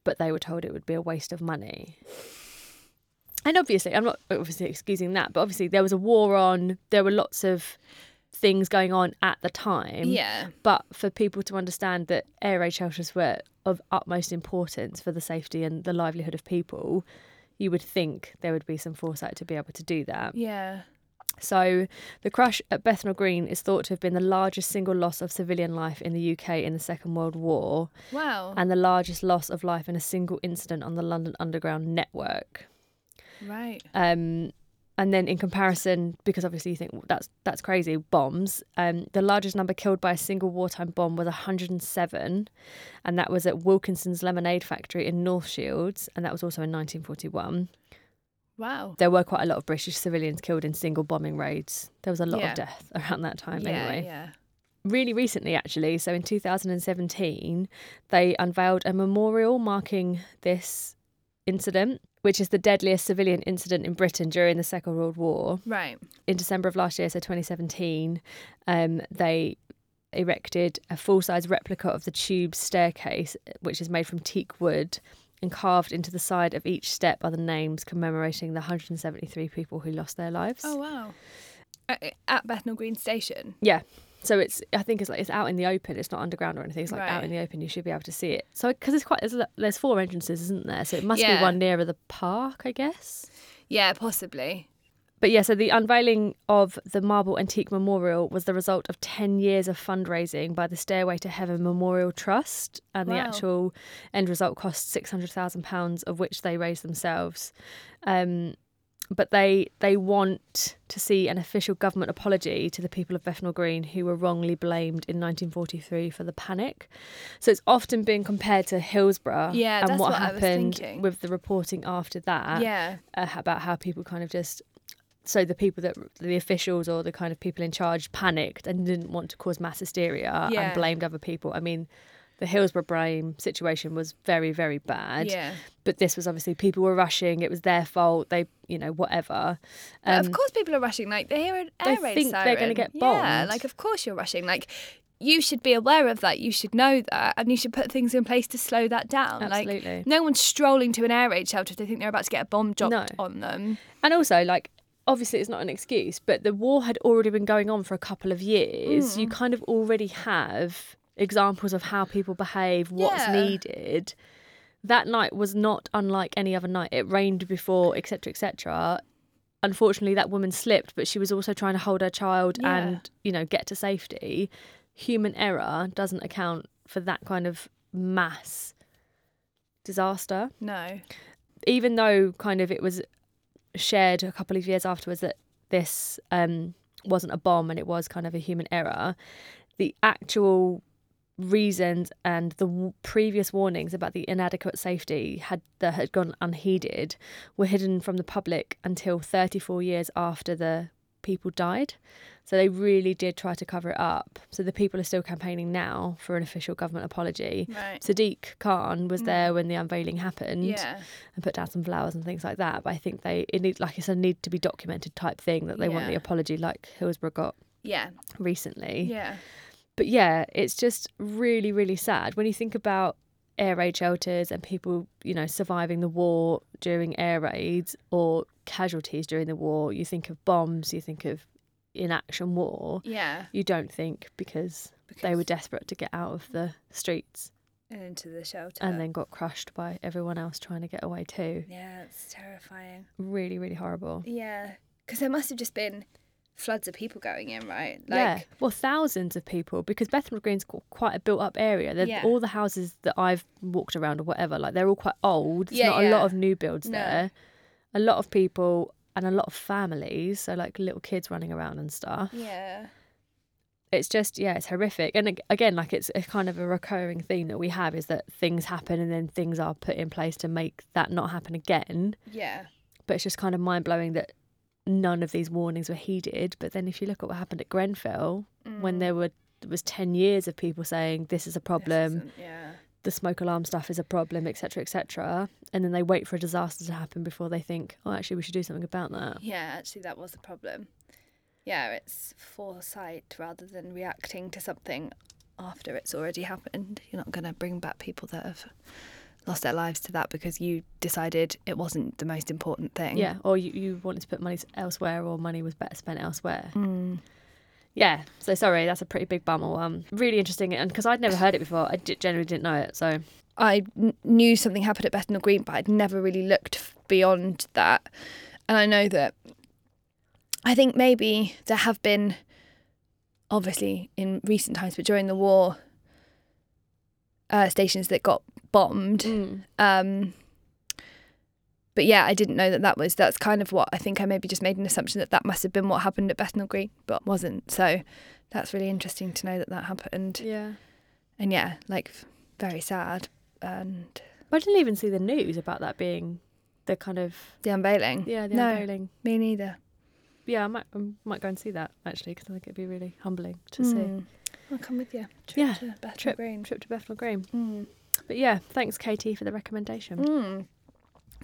Speaker 1: but they were told it would be a waste of money. And obviously, I'm not obviously excusing that, but obviously there was a war on, there were lots of things going on at the time.
Speaker 2: Yeah.
Speaker 1: But for people to understand that air raid shelters were of utmost importance for the safety and the livelihood of people, you would think there would be some foresight to be able to do that.
Speaker 2: Yeah.
Speaker 1: So, the crash at Bethnal Green is thought to have been the largest single loss of civilian life in the UK in the Second World War
Speaker 2: Wow.
Speaker 1: and the largest loss of life in a single incident on the London Underground network.
Speaker 2: right.
Speaker 1: Um, and then, in comparison, because obviously you think "Well, that's that's crazy, bombs. Um, the largest number killed by a single wartime bomb was 107, and that was at Wilkinson's Lemonade Factory in North Shields, and that was also in 1941.
Speaker 2: Wow.
Speaker 1: There were quite a lot of British civilians killed in single bombing raids. There was a lot
Speaker 2: Yeah.
Speaker 1: of death (laughs) around that time,
Speaker 2: yeah,
Speaker 1: anyway
Speaker 2: yeah.
Speaker 1: really recently actually so in 2017 they unveiled a memorial marking this incident which is the deadliest civilian incident in britain during the second world war
Speaker 2: Right.
Speaker 1: in december of last year so 2017 um, they erected a full-size replica of the tube staircase which is made from teak wood and carved into the side of each step are the names commemorating the 173 people who lost their lives
Speaker 2: Oh wow. A- At Bethnal Green Station.
Speaker 1: Yeah. So it's I think it's like it's out in the open. It's not underground or anything. It's like
Speaker 2: Right.
Speaker 1: out in the open. You should be able to see it. So because it's quite there's, lo- there's four entrances, isn't there? So it must
Speaker 2: Yeah.
Speaker 1: be one nearer the park, I guess.
Speaker 2: Yeah, possibly.
Speaker 1: But yeah, so the unveiling of the Marble Antique Memorial was the result of 10 years of fundraising by the Stairway to Heaven Memorial Trust. And the
Speaker 2: Wow.
Speaker 1: actual end result cost £600,000, of which they raised themselves. Um, but they, they want to see an official government apology to the people of Bethnal Green who were wrongly blamed in 1943 for the panic. So it's often been compared to Hillsborough
Speaker 2: Yeah,
Speaker 1: and
Speaker 2: that's
Speaker 1: what,
Speaker 2: what I was
Speaker 1: happened
Speaker 2: thinking.
Speaker 1: with the reporting after that
Speaker 2: yeah.
Speaker 1: uh, about how people kind of just so the people that the officials or the kind of people in charge panicked and didn't want to cause mass hysteria
Speaker 2: Yeah.
Speaker 1: and blamed other people. I mean, the Hillsborough Brame situation was very, very bad.
Speaker 2: Yeah.
Speaker 1: But this was obviously people were rushing. It was their fault. They, you know, whatever.
Speaker 2: But of course, people are rushing. Like they hear an
Speaker 1: Um, They
Speaker 2: air raid
Speaker 1: think they're
Speaker 2: siren.
Speaker 1: gonna get
Speaker 2: Yeah,
Speaker 1: bombed.
Speaker 2: like of course you're rushing. Like you should be aware of that. You should know that, and you should put things in place to slow that down.
Speaker 1: Absolutely.
Speaker 2: Like no one's strolling to an air raid shelter if they think they're about to get a bomb dropped
Speaker 1: No.
Speaker 2: on them.
Speaker 1: And also, like, obviously, it's not an excuse, but the war had already been going on for a couple of years.
Speaker 2: Mm.
Speaker 1: You kind of already have examples of how people behave, what's
Speaker 2: Yeah.
Speaker 1: needed. That night was not unlike any other night. It rained before, etc., etc. Unfortunately, that woman slipped, but she was also trying to hold her child
Speaker 2: Yeah.
Speaker 1: and, you know, get to safety. Human error doesn't account for that kind of mass disaster
Speaker 2: No.
Speaker 1: even though kind of it was shared a couple of years afterwards that this um, wasn't a bomb and it was kind of a human error, the actual reasons and the w- previous warnings about the inadequate safety had that had gone unheeded were hidden from the public until 34 years after the people died so they really did try to cover it up so the people are still campaigning now for an official government apology
Speaker 2: Right.
Speaker 1: sadiq khan was there when the unveiling happened
Speaker 2: Yeah.
Speaker 1: and put down some flowers and things like that. But I think they it need like it's a need to be documented type thing that they want the
Speaker 2: Yeah.
Speaker 1: apology like Hillsborough got
Speaker 2: Yeah.
Speaker 1: recently.
Speaker 2: Yeah.
Speaker 1: But yeah, it's just really, really sad when you think about air raid shelters and people, you know, surviving the war during air raids or casualties during the war, you think of bombs, you think of inaction war.
Speaker 2: Yeah.
Speaker 1: You don't think because, they were desperate to get out of the streets
Speaker 2: and into the shelter.
Speaker 1: and then got crushed by everyone else trying to get away too.
Speaker 2: yeah, it's terrifying.
Speaker 1: Really, really horrible.
Speaker 2: Yeah, because there must have just been floods of people going in, right?
Speaker 1: yeah. Well, thousands of people because Bethnal Green's qu- quite a built up area. They're-
Speaker 2: Yeah.
Speaker 1: All the houses that I've walked around or whatever, like they're all quite old. There's
Speaker 2: Yeah,
Speaker 1: not a
Speaker 2: yeah.
Speaker 1: lot of new builds
Speaker 2: No.
Speaker 1: there. A lot of people and a lot of families. So, like little kids running around and stuff.
Speaker 2: Yeah.
Speaker 1: It's just, yeah, it's horrific. And ag- again, like it's a kind of a recurring theme that we have is that things happen and then things are put in place to make that not happen again.
Speaker 2: Yeah.
Speaker 1: But it's just kind of mind blowing that none of these warnings were heeded. But then if you look at what happened at Grenfell, when there were there was 10 years of people saying Mm. this is a problem
Speaker 2: Yeah.
Speaker 1: the smoke alarm stuff is a problem etc etc and then they wait for a disaster to happen before they think oh actually we should do something about that
Speaker 2: Yeah, actually, that was the problem. Yeah, it's foresight rather than reacting to something after it's already happened. You're not going to bring back people that have lost their lives to that because you decided it wasn't the most important thing.
Speaker 1: yeah or you, you wanted to put money elsewhere or money was better spent elsewhere
Speaker 2: Mm.
Speaker 1: yeah so sorry that's a pretty big bummer one really interesting and because i'd never heard it before i d- generally didn't know it so
Speaker 2: I kn- knew something happened at Bethnal Green, but I'd never really looked f- beyond that. And I know that I think maybe there have been, obviously in recent times, but during the war, uh, stations that got bombed.
Speaker 1: Mm,
Speaker 2: Um, but yeah, I didn't know that that was. That's kind of what I think I maybe just made an assumption that that must have been what happened at Bethnal Green, but wasn't. So that's really interesting to know that that happened.
Speaker 1: yeah
Speaker 2: And yeah, like f- very sad. Um, And
Speaker 1: but i didn't even see the news about that being the kind of
Speaker 2: The unveiling.
Speaker 1: yeah the
Speaker 2: no,
Speaker 1: unveiling
Speaker 2: me neither.
Speaker 1: yeah, I might I might go and see that actually because I think it'd be really humbling to
Speaker 2: Hmm.
Speaker 1: see.
Speaker 2: I'll come with you. Mm. Trip
Speaker 1: Yeah,
Speaker 2: to Bethnal
Speaker 1: trip
Speaker 2: Green.
Speaker 1: trip to Bethnal Green.
Speaker 2: Mm.
Speaker 1: But yeah, thanks Katie for the recommendation.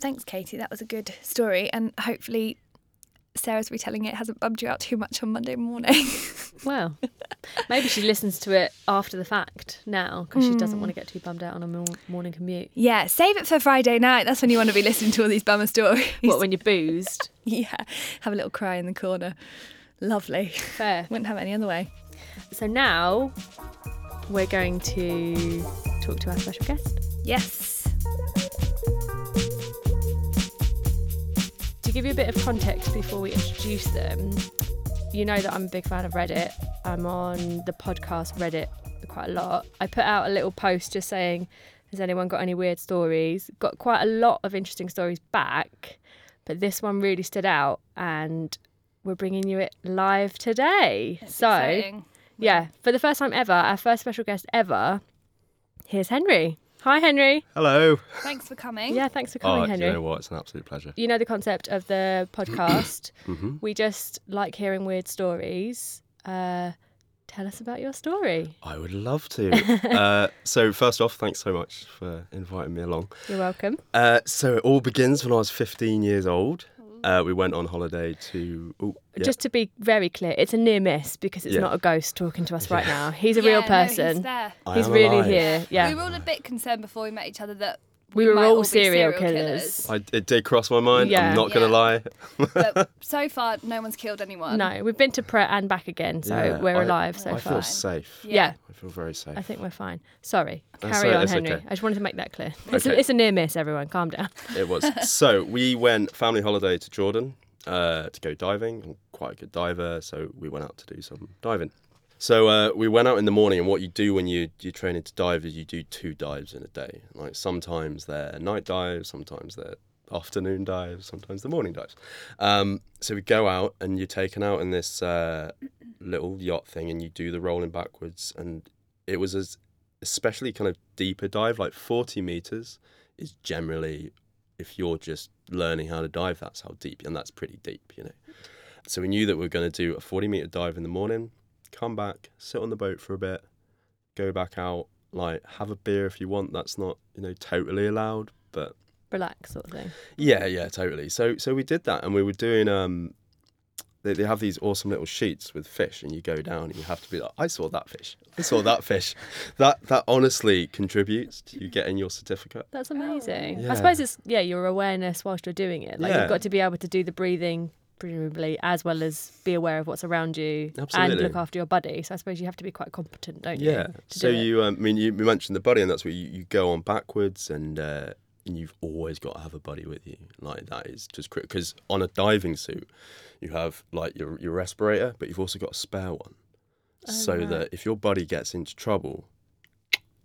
Speaker 2: Thanks, Katie. That was a good story, and hopefully. Sarah's retelling it hasn't bummed you out too much on Monday morning. (laughs)
Speaker 1: Well, maybe she listens to it after the fact now because she doesn't want to get too bummed out on a mor- morning commute.
Speaker 2: yeah, save it for Friday night. That's when you want to be listening to all these bummer stories.
Speaker 1: What when you're boozed?
Speaker 2: (laughs) yeah, have a little cry in the corner. Lovely.
Speaker 1: Fair.
Speaker 2: Wouldn't have it any other way.
Speaker 1: So now we're going to talk to our special guest.
Speaker 2: Yes.
Speaker 1: To give you a bit of context before we introduce them, you know that I'm a big fan of Reddit. I'm on the podcast Reddit quite a lot. I put out a little post just saying, has anyone got any weird stories? Got quite a lot of interesting stories back, but this one really stood out and we're bringing you it live today. so,
Speaker 2: Exciting.
Speaker 1: yeah, for the first time ever, our first special guest ever, here's Henry. Hi, Henry.
Speaker 3: Hello.
Speaker 2: Thanks for coming.
Speaker 1: Yeah, thanks for
Speaker 3: Oh,
Speaker 1: coming,
Speaker 3: do
Speaker 1: Henry
Speaker 3: you know what? It's an absolute pleasure.
Speaker 1: you know the concept of
Speaker 3: (clears throat) Mm-hmm.
Speaker 1: the podcast. We just like hearing weird stories. Uh, Tell us about your story.
Speaker 3: I would
Speaker 1: (laughs)
Speaker 3: love to. uh, so, first off, thanks so much for inviting me along.
Speaker 1: You're welcome.
Speaker 3: Uh, so, it all begins when I was 15 years old. Uh, we went on holiday to. ooh, yeah.
Speaker 1: Just to be very clear, it's a near miss because it's
Speaker 3: Yeah.
Speaker 1: not a ghost talking to us right now. He's a real
Speaker 2: Yeah, no, he's
Speaker 1: person.
Speaker 2: there.
Speaker 3: I
Speaker 1: He's
Speaker 3: am
Speaker 1: really
Speaker 3: alive.
Speaker 1: here. Yeah.
Speaker 2: We were all a bit concerned before we met each other that
Speaker 1: We were
Speaker 2: might
Speaker 1: all
Speaker 2: be
Speaker 1: serial killers.
Speaker 3: I, it did cross my mind.
Speaker 1: Yeah.
Speaker 3: I'm not going
Speaker 2: Yeah.
Speaker 3: to lie. (laughs)
Speaker 2: but so far, no one's killed anyone.
Speaker 1: No, we've been to prayer and back again, so
Speaker 3: Yeah,
Speaker 1: we're
Speaker 3: I-
Speaker 1: alive so
Speaker 3: I
Speaker 1: far.
Speaker 3: feel safe.
Speaker 1: yeah.
Speaker 3: I feel very safe.
Speaker 1: I think we're fine. Sorry.
Speaker 3: That's
Speaker 1: Carry
Speaker 3: all-
Speaker 1: on,
Speaker 3: it's
Speaker 1: Henry.
Speaker 3: okay.
Speaker 1: I just wanted to make that clear. It's, a,
Speaker 3: Okay.
Speaker 1: it's a near miss, everyone. Calm down. (laughs)
Speaker 3: It was. so we went family holiday to Jordan uh, to go diving. I'm quite a good diver, so we went out to do some diving. So uh, we went out in the morning, and what you do when you you're training to dive is you do two dives in a day. Like sometimes they're night dives, sometimes they're afternoon dives, sometimes they're morning dives. Um, so we go out, and you're taken out in this uh, little yacht thing, and you do the rolling backwards, and it was as especially kind of deeper dive, like 40 meters, is generally if you're just learning how to dive, that's how deep, and that's pretty deep, you know. So we knew that we are going to do a 40 meter dive in the morning, come back, sit on the boat for a bit, go back out, like have a beer if you want. That's not, you know, totally allowed, but
Speaker 1: Relax, sort of thing.
Speaker 3: yeah, yeah, totally. So so we did that, and we were doing. um they, they have these awesome little sheets with fish, and you go down and you have to be like, I saw that fish. I saw that fish. That that honestly contributes to you getting your certificate.
Speaker 1: That's amazing. I
Speaker 3: Yeah.
Speaker 1: suppose it's yeah your awareness whilst you're doing it. Like
Speaker 3: Yeah.
Speaker 1: you've got to be able to do the breathing presumably as well as be aware of what's around you and
Speaker 3: Absolutely.
Speaker 1: look after your body. So I suppose you have to be quite competent, don't you?
Speaker 3: Yeah.
Speaker 1: to
Speaker 3: So
Speaker 1: do it?
Speaker 3: you, um, I mean, you you mentioned the buddy, and that's where you, you go on backwards, and uh, and you've always got to have a buddy with you. Like that is just critical because on a diving suit, you have like your your respirator, but you've also got a spare one, so
Speaker 1: Oh, right.
Speaker 3: that if your buddy gets into trouble.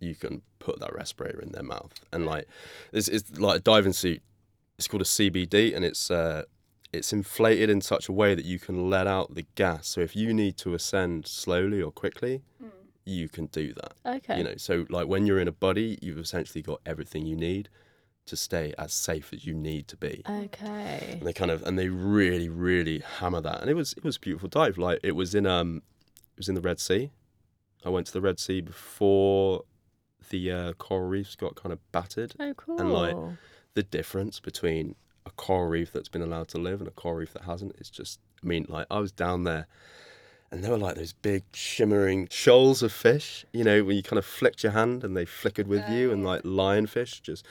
Speaker 3: You can put that respirator in their mouth, and like this is like a diving suit. It's called a CBD, and it's uh, it's inflated in such a way that you can let out the gas. So if you need to ascend slowly or quickly, you can do that.
Speaker 1: Okay.
Speaker 3: You know, so like when you're in a buddy, you've essentially got everything you need to stay as safe as you need to be.
Speaker 1: okay.
Speaker 3: And they kind of and they really, really hammer that. And it was it was a beautiful dive. Like it was in um it was in the Red Sea. I went to the Red Sea before the uh, coral reefs got kind of battered.
Speaker 1: Oh cool.
Speaker 3: like, The difference between a coral reef that's been allowed to live and a coral reef that hasn't is just I mean, like I was down there and they were like those big shimmering shoals of fish, you know, when you kind of flicked your hand and they flickered with you, and like lionfish just,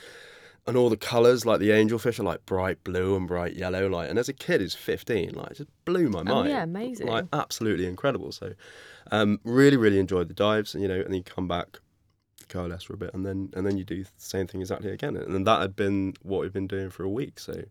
Speaker 3: and all the colours, like the angelfish are like bright blue and bright yellow, like, and as a kid who's 15, like, it just blew my mind.
Speaker 1: Oh, yeah, amazing.
Speaker 3: Like, absolutely incredible. So, um, really, really enjoyed the dives, and you know, and then you come back, coalesce for a bit, and then, and then you do the same thing exactly again. And then that had been what we've been doing for a week. So,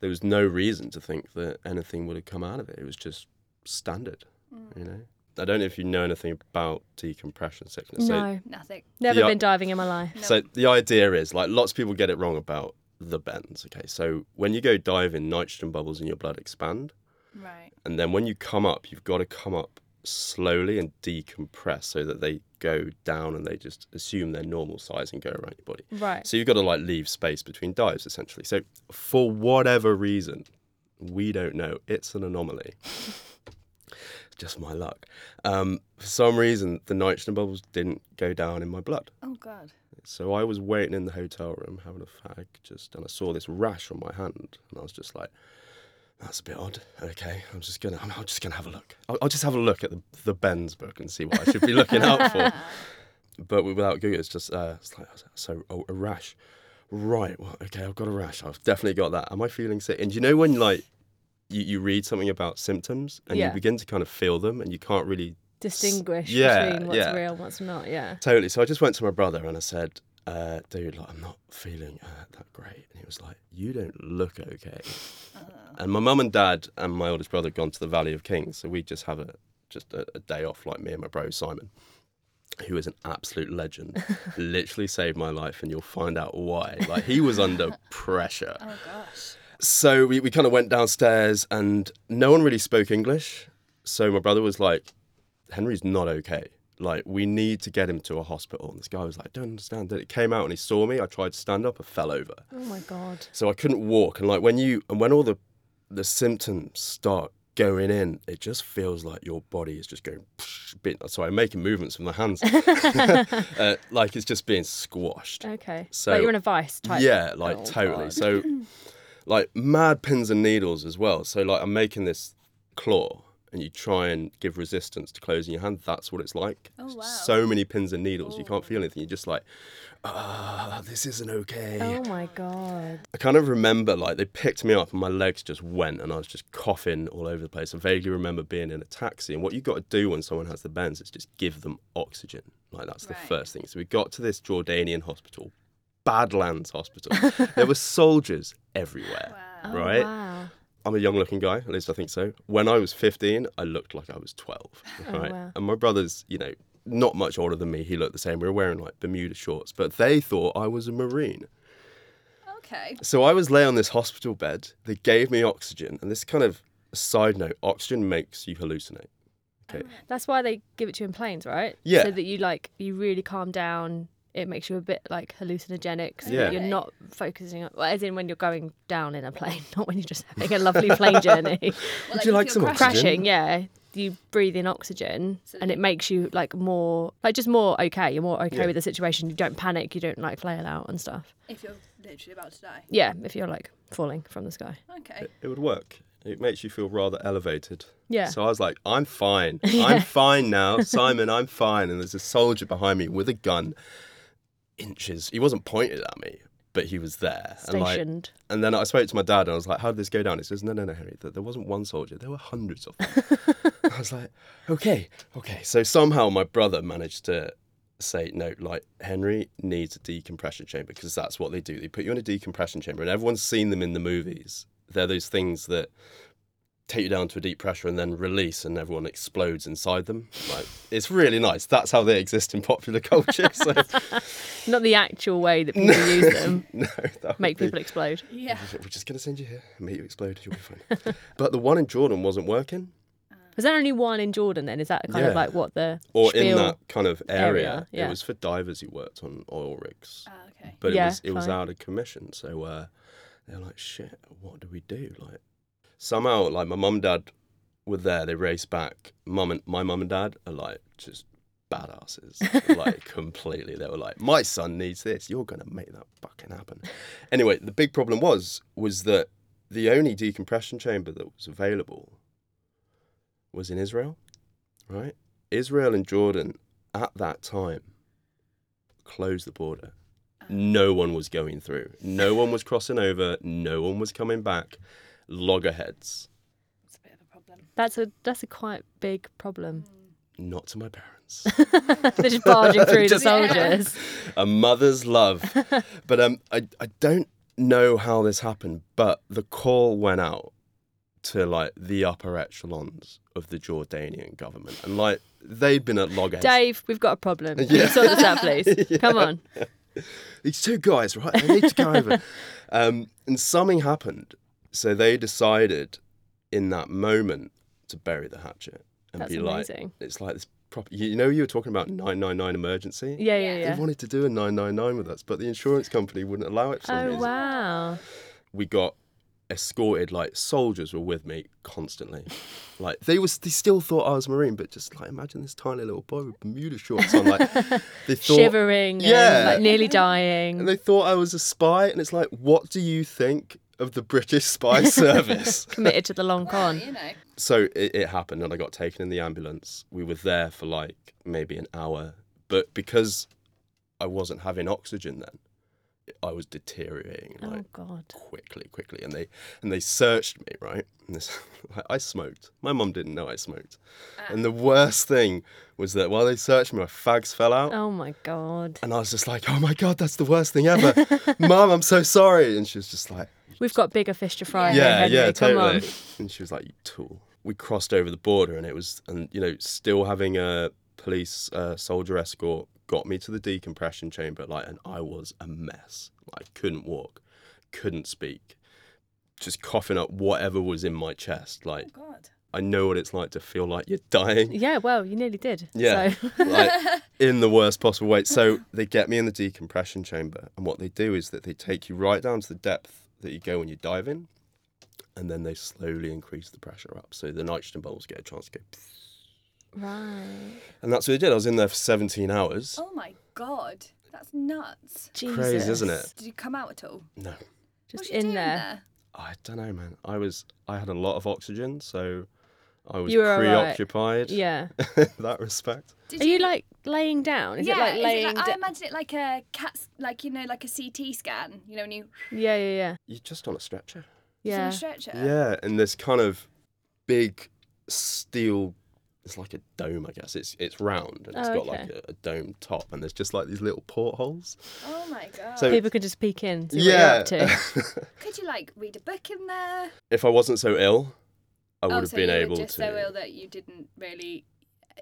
Speaker 3: there was no reason to think that anything would have come out of it. It was just standard,
Speaker 1: Mm.
Speaker 3: you know. I don't know if you know anything about decompression sickness. So,
Speaker 1: no.
Speaker 2: Nothing.
Speaker 1: Never
Speaker 3: Yeah.
Speaker 1: been diving in my life.
Speaker 3: so the idea is like lots of people get it wrong about the bends. Okay, so when you go diving, nitrogen bubbles in your blood expand,
Speaker 2: Right.
Speaker 3: and then when you come up, you've got to come up slowly and decompress so that they go down and they just assume their normal size and go around your body.
Speaker 1: Right.
Speaker 3: So you've got to like leave space between dives essentially. So for whatever reason, we don't know. It's an anomaly. Just my luck. Um, for some reason, the nitrogen bubbles didn't go down in my blood.
Speaker 2: Oh God.
Speaker 3: So I was waiting in the hotel room having a fag, just and I saw this rash on my hand, and I was just like, "That's a bit odd." Okay, I'm just gonna, I'm, I'm just gonna have a look. I'll, I'll just have a look at the the Ben's book and see what I should be looking out for. But without Google, it's just uh, it's like so oh, a rash. Right. Well, okay, I've got a rash. I've definitely got that. Am I feeling sick? And you know when like you, you read something about symptoms and
Speaker 1: Yeah.
Speaker 3: you begin to kind of feel them, and you can't really
Speaker 1: Distinguish
Speaker 3: yeah,
Speaker 1: between what's
Speaker 3: yeah.
Speaker 1: real and what's not. Yeah.
Speaker 3: Totally. So I just went to my brother and I said, uh, "Dude, like, I'm not feeling uh, that great." And he was like, "You don't look okay." And my mum and dad and my oldest brother had gone to the Valley of Kings, so we just have a just a, a day off, like me and my bro Simon, who is an absolute legend. Literally saved my life, and you'll find out why. Like he was under pressure.
Speaker 2: Oh gosh.
Speaker 3: So we, we kind of went downstairs and no one really spoke English. So my brother was like, Henry's not okay. Like, we need to get him to a hospital. And this guy was like, don't understand. Then it came out and he saw me. I tried to stand up, I fell over.
Speaker 1: Oh my god.
Speaker 3: So I couldn't walk. And like when you and when all the the symptoms start going in, it just feels like your body is just going. Bit, sorry, I'm making movements with my hands, (laughs) uh, like it's just being squashed.
Speaker 1: Okay. So
Speaker 3: So-
Speaker 1: you're in a vice type.
Speaker 3: Yeah, like
Speaker 1: Oh,
Speaker 3: totally.
Speaker 1: God.
Speaker 3: So, like mad pins and needles as well. So, like I'm making this claw, and you try and give resistance to closing your hand. That's what it's like.
Speaker 2: Oh, wow.
Speaker 3: So many pins and needles, you can't feel anything. You're just like, ah, this isn't okay.
Speaker 1: Oh my god.
Speaker 3: I kind of remember like they picked me up and my legs just went and I was just coughing all over the place. I vaguely remember being in a taxi and what you've got to do when someone has the bends is just give them oxygen. Like that's
Speaker 2: Right.
Speaker 3: the first thing. So we got to this Jordanian hospital, Badlands Hospital.
Speaker 2: (laughs)
Speaker 3: there were soldiers everywhere.
Speaker 2: Wow.
Speaker 1: Oh,
Speaker 3: Right?
Speaker 1: Wow.
Speaker 3: I'm a young looking guy, at least I think so. When I was 15, I looked like I was 12.
Speaker 1: Oh,
Speaker 3: Right?
Speaker 1: wow.
Speaker 3: And my brother's, you know, not much older than me. He looked the same. We were wearing like Bermuda shorts, but they thought I was a Marine.
Speaker 2: Okay.
Speaker 3: So I was lay on this hospital bed. They gave me oxygen, and this kind of side note: oxygen makes you hallucinate.
Speaker 1: That's why they give it to you in planes, right?
Speaker 3: Yeah.
Speaker 1: So that you like you really calm down. It makes you a bit like hallucinogenic, so
Speaker 3: Yeah.
Speaker 1: that you're not focusing on, well, as in when you're going down in a plane, (laughs) not when you're just having a lovely
Speaker 3: (laughs)
Speaker 1: plane journey.
Speaker 2: Well,
Speaker 3: you
Speaker 2: if
Speaker 3: like
Speaker 2: you're
Speaker 3: some
Speaker 2: crashing-
Speaker 3: oxygen?
Speaker 1: Crashing, yeah. You breathe in oxygen,
Speaker 2: So
Speaker 1: and
Speaker 2: you-
Speaker 1: it makes you like more, like just more okay. You're more okay
Speaker 3: Yeah.
Speaker 1: with the situation. You don't panic. You don't like flail out and stuff.
Speaker 2: If you're literally about to die.
Speaker 1: Yeah, if you're like falling from the sky.
Speaker 2: Okay.
Speaker 3: It would work. It makes you feel rather elevated.
Speaker 1: Yeah.
Speaker 3: So I was like, I'm fine. I'm fine now, Simon. I'm fine. And there's a soldier behind me with a gun, inches. He wasn't pointed at me, but he was there. And, like,
Speaker 1: Stationed.
Speaker 3: And then I spoke to my dad and I was like, How did this go down? He says, No, no, no, Harry. th- There wasn't one soldier, there were
Speaker 1: (laughs)
Speaker 3: hundreds of them. I was like, Okay, okay. So somehow my brother managed to say, No, like, Henry needs a decompression chamber because that's what they do. They put you in a decompression chamber, and everyone's seen them in the movies. They're those things that take you down to a deep pressure and then release, and everyone explodes inside them. Like, it's really nice. That's how they exist in popular culture.
Speaker 1: (laughs)
Speaker 3: So, (laughs)
Speaker 1: Not the actual way that people use them
Speaker 3: no, that would
Speaker 1: make
Speaker 3: be-
Speaker 1: people explode.
Speaker 2: Yeah.
Speaker 3: We're just going to send you here, make you explode, you'll be fine. (laughs) but the one in Jordan wasn't working,
Speaker 1: Was there only one in Jordan then? Is that kind of
Speaker 3: Yeah.
Speaker 1: like what the
Speaker 3: or in
Speaker 1: spiel-
Speaker 3: that kind of area.
Speaker 1: area, yeah.
Speaker 3: It was for divers who worked on oil rigs,
Speaker 2: Ah, okay.
Speaker 3: but
Speaker 1: Yeah,
Speaker 3: it was it was
Speaker 1: fine.
Speaker 3: out of commission. So uh, they're like, "Shit, what do we do?" Like somehow, like my mum and dad were there. They raced back. Mum and my mum and dad are like just
Speaker 1: (laughs)
Speaker 3: badasses, like completely. They were like, "My son needs this. You're going to make that fucking happen." Anyway, the big problem was was that the only decompression chamber that was available was in Israel, right? Israel and Jordan at that time closed the border. No one was going through. No one was crossing over. No one was coming back. Loggerheads.
Speaker 2: It's a bit of a problem.
Speaker 1: That's a that's a quite big problem. (laughs)
Speaker 3: Not to my parents.
Speaker 1: They're just
Speaker 3: (laughs)
Speaker 1: barging through
Speaker 3: Just-
Speaker 1: the
Speaker 3: (laughs)
Speaker 1: soldiers.
Speaker 3: a mother's love. but um, I, I don't know how this happened, but the call went out to like the upper echelons of the Jordanian government, and like they'd been at loggerheads.
Speaker 1: Dave, we've got a problem. Can you Sort this out,
Speaker 3: (laughs)
Speaker 1: please. Come on.
Speaker 3: These two guys, right? They need to go over. Um, and something happened, so they decided in that moment to bury the hatchet and
Speaker 1: That's
Speaker 3: be
Speaker 1: amazing.
Speaker 3: like, it's like this proper. You know, you were talking about nine nine nine emergency.
Speaker 1: Yeah, yeah,
Speaker 2: They
Speaker 1: yeah.
Speaker 3: They wanted to do a 999 with us, but the insurance company wouldn't allow it for some
Speaker 1: Oh
Speaker 3: reason.
Speaker 1: wow.
Speaker 3: We got escorted, like soldiers were with me constantly. like they was they still thought I was a Marine, but just like imagine this tiny little boy with Bermuda shorts on.
Speaker 1: (laughs)
Speaker 3: Like they thought
Speaker 1: Shivering
Speaker 3: Yeah.
Speaker 1: and like
Speaker 3: (laughs)
Speaker 1: nearly dying.
Speaker 3: and they thought I was a spy, and it's like, what do you think of the British
Speaker 1: (laughs)
Speaker 3: spy service?
Speaker 1: Committed to the
Speaker 3: (laughs)
Speaker 1: long con.
Speaker 2: You know.
Speaker 3: so it, it happened and i got taken in the ambulance we were there for like maybe an hour but because i wasn't having oxygen then i was deteriorating
Speaker 1: Oh
Speaker 3: like
Speaker 1: god.
Speaker 3: quickly quickly and they and they searched me right and (laughs) this, i smoked my mum didn't know i smoked
Speaker 1: Ah.
Speaker 3: and the worst thing was that while they searched me my fags fell out
Speaker 1: Oh my god.
Speaker 3: and i was just like oh my god that's the worst thing
Speaker 1: (laughs)
Speaker 3: ever mum i'm so sorry and she was just like
Speaker 1: We've got bigger fish to fry. here,
Speaker 3: yeah,
Speaker 1: Henry.
Speaker 3: yeah,
Speaker 1: Come
Speaker 3: totally.
Speaker 1: on.
Speaker 3: And she was like, "You tool." We crossed over the border, and it was, and you know, still having a police uh, soldier escort got me to the decompression chamber, like, and I was a mess. Like, couldn't walk, couldn't speak, just coughing up whatever was in my chest. Like,
Speaker 2: Oh, God.
Speaker 3: I know what it's like to feel like you're dying.
Speaker 1: Yeah, well, you nearly did.
Speaker 3: Yeah. (laughs)
Speaker 1: So (laughs)
Speaker 3: like, in the worst possible way. So they get me in the decompression chamber. And what they do is that they take you right down to the depth that you go when you dive in. and then they slowly increase the pressure up. So the nitrogen bubbles get a chance to go.
Speaker 1: Right.
Speaker 3: And that's what they did. I was in there for 17 hours.
Speaker 2: Oh my god, that's nuts.
Speaker 1: Jesus.
Speaker 3: Crazy, isn't it?
Speaker 2: Did you come out at all?
Speaker 3: No,
Speaker 2: What
Speaker 1: Just
Speaker 2: was you doing
Speaker 1: in there.
Speaker 3: I don't know, man. I was, I had a lot of oxygen, so I was
Speaker 1: You were all right.
Speaker 3: preoccupied
Speaker 1: Yeah.
Speaker 3: (laughs) in that respect.
Speaker 2: Did
Speaker 1: Are you like laying down? Is
Speaker 2: yeah,
Speaker 1: it like
Speaker 2: is
Speaker 1: laying
Speaker 2: I
Speaker 1: down?
Speaker 2: imagine it like a cat, like you know, like a CT scan. You know, when you
Speaker 1: Yeah, yeah, yeah.
Speaker 3: You're just on a stretcher.
Speaker 2: yeah. on
Speaker 1: Yeah.
Speaker 2: a stretcher.
Speaker 3: Yeah, and this kind of big steel. It's like a dome, I guess. It's it's round and it's
Speaker 1: Oh,
Speaker 3: got
Speaker 1: okay.
Speaker 3: like a, a dome top, and there's just like these little portholes.
Speaker 2: Oh my god.
Speaker 3: So-
Speaker 1: People can just peek in. See What you're up
Speaker 3: (laughs)
Speaker 1: to.
Speaker 2: Could you like read a book in there?
Speaker 3: if I wasn't so ill, I would
Speaker 2: oh,
Speaker 3: have
Speaker 2: so
Speaker 3: been
Speaker 2: you were
Speaker 3: able
Speaker 2: just
Speaker 3: to.
Speaker 2: so ill that you didn't really,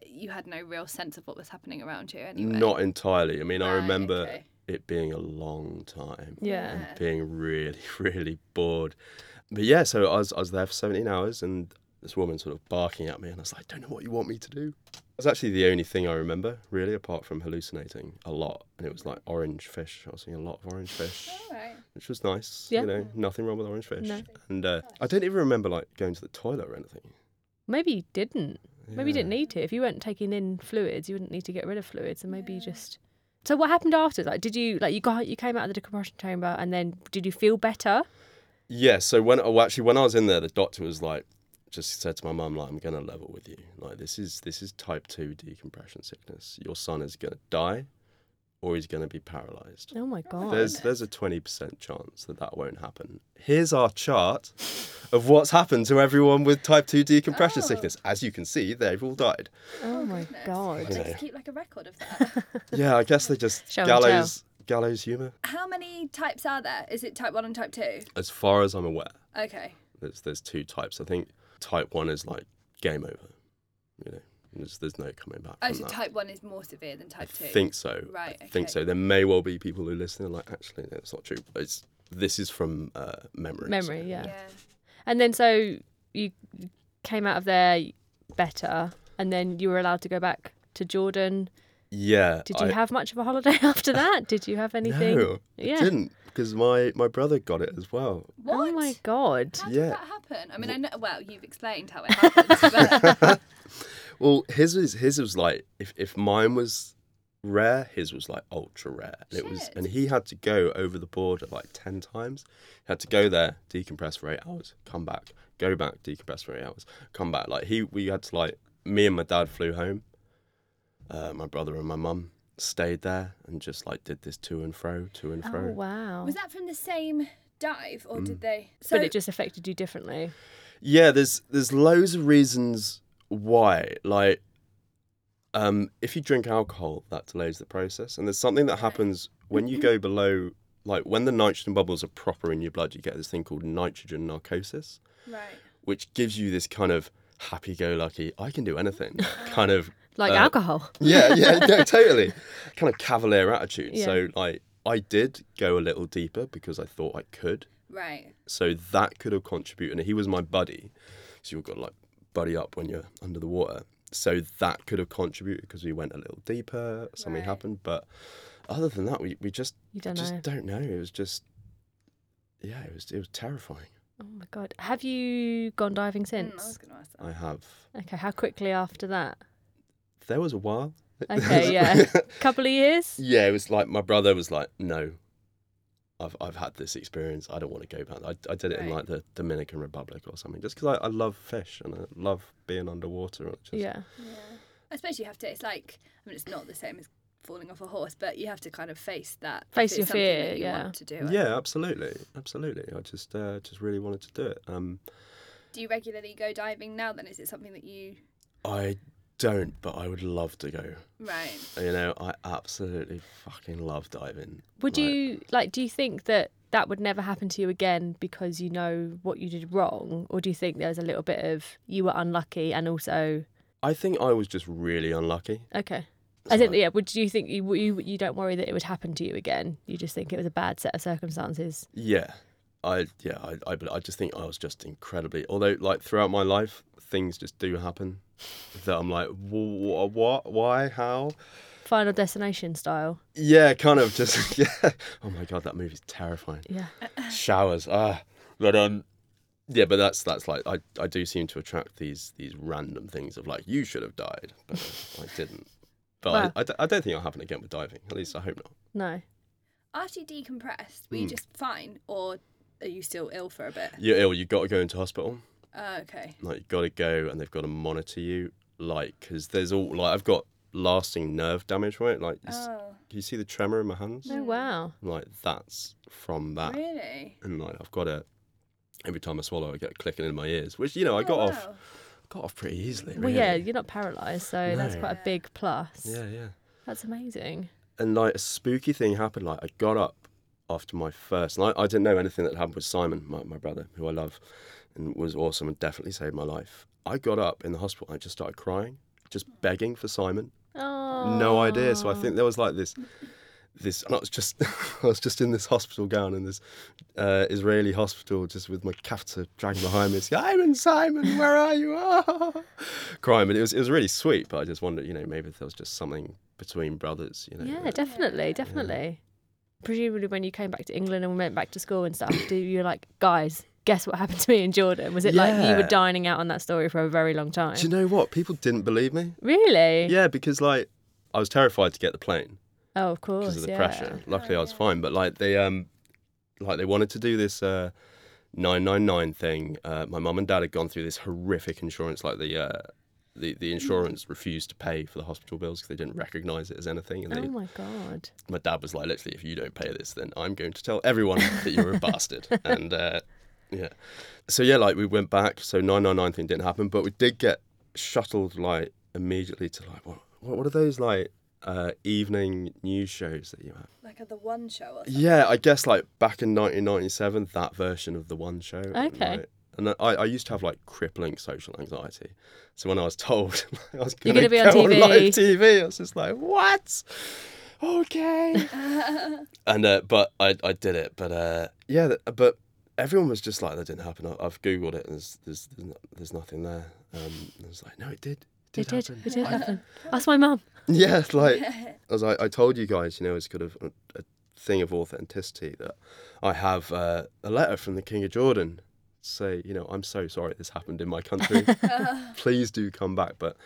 Speaker 2: you had no real sense of what was happening around you anyway.
Speaker 3: Not entirely. I mean, I
Speaker 2: Right,
Speaker 3: remember
Speaker 2: okay.
Speaker 3: it being a long time.
Speaker 1: Yeah.
Speaker 2: Yeah.
Speaker 3: being really, (laughs) really bored. But yeah, so I was, I was there for 17 hours and this woman sort of barking at me, and I was like, I don't know what you want me to do. That's actually the only thing I remember, really, apart from hallucinating a lot. And it was like orange fish. I was seeing a lot of orange
Speaker 1: (laughs)
Speaker 3: fish,
Speaker 2: All right.
Speaker 3: which was nice.
Speaker 1: Yeah.
Speaker 3: You know, nothing wrong with orange fish.
Speaker 1: No.
Speaker 3: And uh, I don't even remember like going to the toilet or anything.
Speaker 1: Maybe you didn't. Maybe you
Speaker 3: Yeah.
Speaker 1: didn't need to. If you weren't taking in fluids, you wouldn't need to get rid of fluids, and maybe you just. So what happened after? Like, did you like you got you came out of the decompression chamber, and then did you feel better?
Speaker 3: Yeah, so when oh, actually when I was in there, the doctor was like, just said to my mum, like, I'm gonna level with you. Like this is this is type two decompression sickness. Your son is gonna die, or he's gonna be paralysed.
Speaker 1: Oh my god!
Speaker 3: There's there's a twenty percent chance that that won't happen. Here's our chart of what's happened to everyone with type two decompression
Speaker 2: Oh.
Speaker 3: sickness. As you can see, they've all died.
Speaker 1: oh my
Speaker 2: goodness.
Speaker 1: god!
Speaker 2: They just keep like a record of
Speaker 3: (laughs)
Speaker 2: that.
Speaker 3: Yeah, I guess they just
Speaker 1: Show and tell.
Speaker 3: gallows gallows humour.
Speaker 2: How many types are there? Is it type one and type two?
Speaker 3: As far as I'm aware,
Speaker 2: Okay.
Speaker 3: there's there's two types. I think type one is like game over. You know, there's there's no coming back.
Speaker 2: Oh,
Speaker 3: from
Speaker 2: so
Speaker 3: that.
Speaker 2: type one is more severe than type two.
Speaker 3: I think so.
Speaker 2: Right,
Speaker 3: I think
Speaker 2: okay.
Speaker 3: so. There may well be people who listen and are like, actually, no, it's not true. It's this is from uh, memory.
Speaker 1: Memory, yeah.
Speaker 2: Yeah.
Speaker 1: And then so you came out of there better, and then you were allowed to go back to Jordan.
Speaker 3: Yeah.
Speaker 1: Did you
Speaker 3: I-
Speaker 1: have much of a holiday (laughs) after that? Did you have anything?
Speaker 3: No,
Speaker 1: Yeah.
Speaker 3: I didn't because my my brother got it as well.
Speaker 2: What?
Speaker 1: Oh my god!
Speaker 2: How
Speaker 3: Yeah.
Speaker 2: did that happen? I mean, I know. Well, you've explained
Speaker 3: (laughs)
Speaker 2: how it happened. but
Speaker 3: Well, his was his was like if if mine was rare, his was like ultra rare, and it was
Speaker 2: Shit.
Speaker 3: and he had to go over the border like ten times. He had to go there, decompress for eight hours, come back, go back, decompress for eight hours, come back. Like he, we had to like me and my dad flew home. Uh, my brother and my mum stayed there and just like did this to and fro, to and fro.
Speaker 1: Oh wow!
Speaker 2: was that from the same dive, or
Speaker 3: Mm.
Speaker 2: did they? So
Speaker 1: but it just affected you differently.
Speaker 3: Yeah, there's there's loads of reasons why. Like, um, if you drink alcohol, that delays the process. And there's something that happens when you
Speaker 1: Mm-hmm.
Speaker 3: go below, like when the nitrogen bubbles are proper in your blood, you get this thing called nitrogen narcosis,
Speaker 2: right.
Speaker 3: which gives you this kind of happy-go-lucky, I can
Speaker 1: (laughs)
Speaker 3: do anything kind of
Speaker 1: Like
Speaker 3: Uh,
Speaker 1: alcohol.
Speaker 3: (laughs)
Speaker 1: (laughs)
Speaker 3: yeah, yeah, yeah, totally. Kind of cavalier attitude.
Speaker 1: Yeah.
Speaker 3: So like, I did go a little deeper because I thought I could.
Speaker 2: Right.
Speaker 3: So that could have contributed. And he was my buddy. So you've got to like buddy up when you're under the water. So that could have contributed because we went a little deeper, something
Speaker 2: Right.
Speaker 3: happened. But other than that, we, we just,
Speaker 1: You don't
Speaker 3: just
Speaker 1: know.
Speaker 3: don't know. It was just, yeah, it was, it was terrifying.
Speaker 1: Oh my god! Have you gone diving
Speaker 2: Mm, I was
Speaker 1: since?
Speaker 2: going to ask that.
Speaker 3: I have.
Speaker 1: Okay, how quickly after
Speaker 3: (laughs)
Speaker 1: that?
Speaker 3: There was a while.
Speaker 1: Okay, yeah, couple of years.
Speaker 3: (laughs) Yeah, it was like my brother was like, no. I've, I've had this experience. I don't want to go back. I, I did it in
Speaker 2: Right.
Speaker 3: like the Dominican Republic or something, just because I, I love fish and I love being underwater. and Just,
Speaker 1: Yeah,
Speaker 2: Yeah. I suppose you have to. It's like I mean, it's not the same as falling off a horse, but you have to kind of face that. if
Speaker 1: Face
Speaker 2: it's
Speaker 1: your
Speaker 2: something
Speaker 1: fear,
Speaker 2: That you
Speaker 1: yeah.
Speaker 2: Want to do. it.
Speaker 3: Yeah, absolutely, absolutely. I just uh, just really wanted to do it. Um,
Speaker 2: Do you regularly go diving now? Then is it something that you?
Speaker 3: I don't, but I would love to go.
Speaker 2: Right.
Speaker 3: You know, I absolutely fucking love diving.
Speaker 1: Would
Speaker 3: Like,
Speaker 1: you like? Do you think that that would never happen to you again because you know what you did wrong, or do you think there's a little bit of you were unlucky and also
Speaker 3: I think I was just really unlucky.
Speaker 1: okay? I think
Speaker 3: Sorry.
Speaker 1: yeah. Would you think you, you you don't worry that it would happen to you again? You just think it was a bad set of circumstances.
Speaker 3: Yeah, I yeah, I I, but I just think I was just incredibly. Although, like throughout my life, things just do happen that I'm like, what, what, why, how?
Speaker 1: Final Destination style.
Speaker 3: Yeah, kind of (laughs) just yeah. Oh my god, that movie's terrifying.
Speaker 1: Yeah.
Speaker 3: Showers, ah, but um, Yeah, but that's that's like I, I do seem to attract these these random things of like you should have died, but I didn't. But
Speaker 1: Well.
Speaker 3: I, I, d- I don't think it'll happen again with diving. At least I hope not.
Speaker 1: No.
Speaker 2: After you decompressed,
Speaker 3: Hmm.
Speaker 2: were you just fine, or are you still ill for a bit?
Speaker 3: You're ill. You've got to go into hospital.
Speaker 2: Uh, okay.
Speaker 3: Like you've got to go, and they've got to monitor you. Like because there's all like I've got lasting nerve damage from it. Like you, s-
Speaker 2: Oh,
Speaker 3: can you see the tremor in my hands?
Speaker 1: No. Wow.
Speaker 3: Like that's from that.
Speaker 2: really?
Speaker 3: And like I've got a every time I swallow, I get a clicking in my ears, which you know I
Speaker 2: Oh,
Speaker 3: got off
Speaker 2: wow.
Speaker 3: got off pretty easily.
Speaker 1: Well, yeah,
Speaker 3: really.
Speaker 1: you're not paralysed, so that's
Speaker 3: No.
Speaker 1: quite a big plus.
Speaker 3: yeah, yeah.
Speaker 1: That's amazing.
Speaker 3: and like a spooky thing happened. Like I got up after my first, and I, I didn't know anything that happened with Simon, my, my brother, who I love, and was awesome and definitely saved my life. I got up in the hospital and I just started crying, just begging for Simon.
Speaker 1: Oh.
Speaker 3: No idea. So I think there was like this, this. And I was just, (laughs) I was just in this hospital gown in this uh, Israeli hospital, just with my catheter dragging behind me. It's Simon, Simon, where are you? (laughs) Ah. Crying, but it was it was really sweet. But I just wondered, you know, maybe if there was just something between brothers, you know.
Speaker 1: Yeah, definitely, definitely. Presumably, when you came back to England and went back to school and stuff, do you like, guys, guess what happened to me in Jordan? Was it like you were
Speaker 3: Yeah.
Speaker 1: dining out on that story for a very long time?
Speaker 3: Do you know what? People didn't believe me.
Speaker 1: really?
Speaker 3: Yeah, because like I was terrified to get the plane
Speaker 1: Oh, of course.
Speaker 3: because of the
Speaker 1: yeah.
Speaker 3: pressure. Luckily, I was fine. But like they um, like they wanted to do this uh, nine nine nine thing. Uh, my mum and dad had gone through this horrific insurance. Like the uh, the the insurance refused to pay for the hospital bills because they didn't recognise it as anything. And
Speaker 1: Oh
Speaker 3: they,
Speaker 1: my god.
Speaker 3: my dad was like, literally, if you don't pay this, then I'm going to tell everyone that you're
Speaker 1: (laughs)
Speaker 3: a bastard. And uh, yeah, so yeah, like we went back. So nine nine nine thing didn't happen, but we did get shuttled like immediately to like what what what are those like uh, evening news shows that you have?
Speaker 2: Like at the one show or something.
Speaker 3: Yeah, I guess like back in 1997, that version of the One Show.
Speaker 1: Okay.
Speaker 3: like- and I, I used to have like crippling social anxiety. So when I was told (laughs) I was
Speaker 1: You're
Speaker 3: going
Speaker 1: gonna
Speaker 3: to
Speaker 1: be on TV.
Speaker 3: live TV, I was just like, what? Okay. and uh, but I, I did it. But uh, yeah, th- but everyone was just like, that didn't happen. I, I've googled it. And there's there's there's, no, there's nothing there. Um, I was like, no, it did.
Speaker 1: It did.
Speaker 3: happen. (laughs)
Speaker 1: It did happen. That's my mum.
Speaker 3: Yeah, it's like as I, I told you guys, you know, it's kind of a, a thing of authenticity that I have uh, a letter from the King of Jordan to say, you know, I'm so sorry this happened in
Speaker 1: (laughs)
Speaker 3: my country. Please do come back, but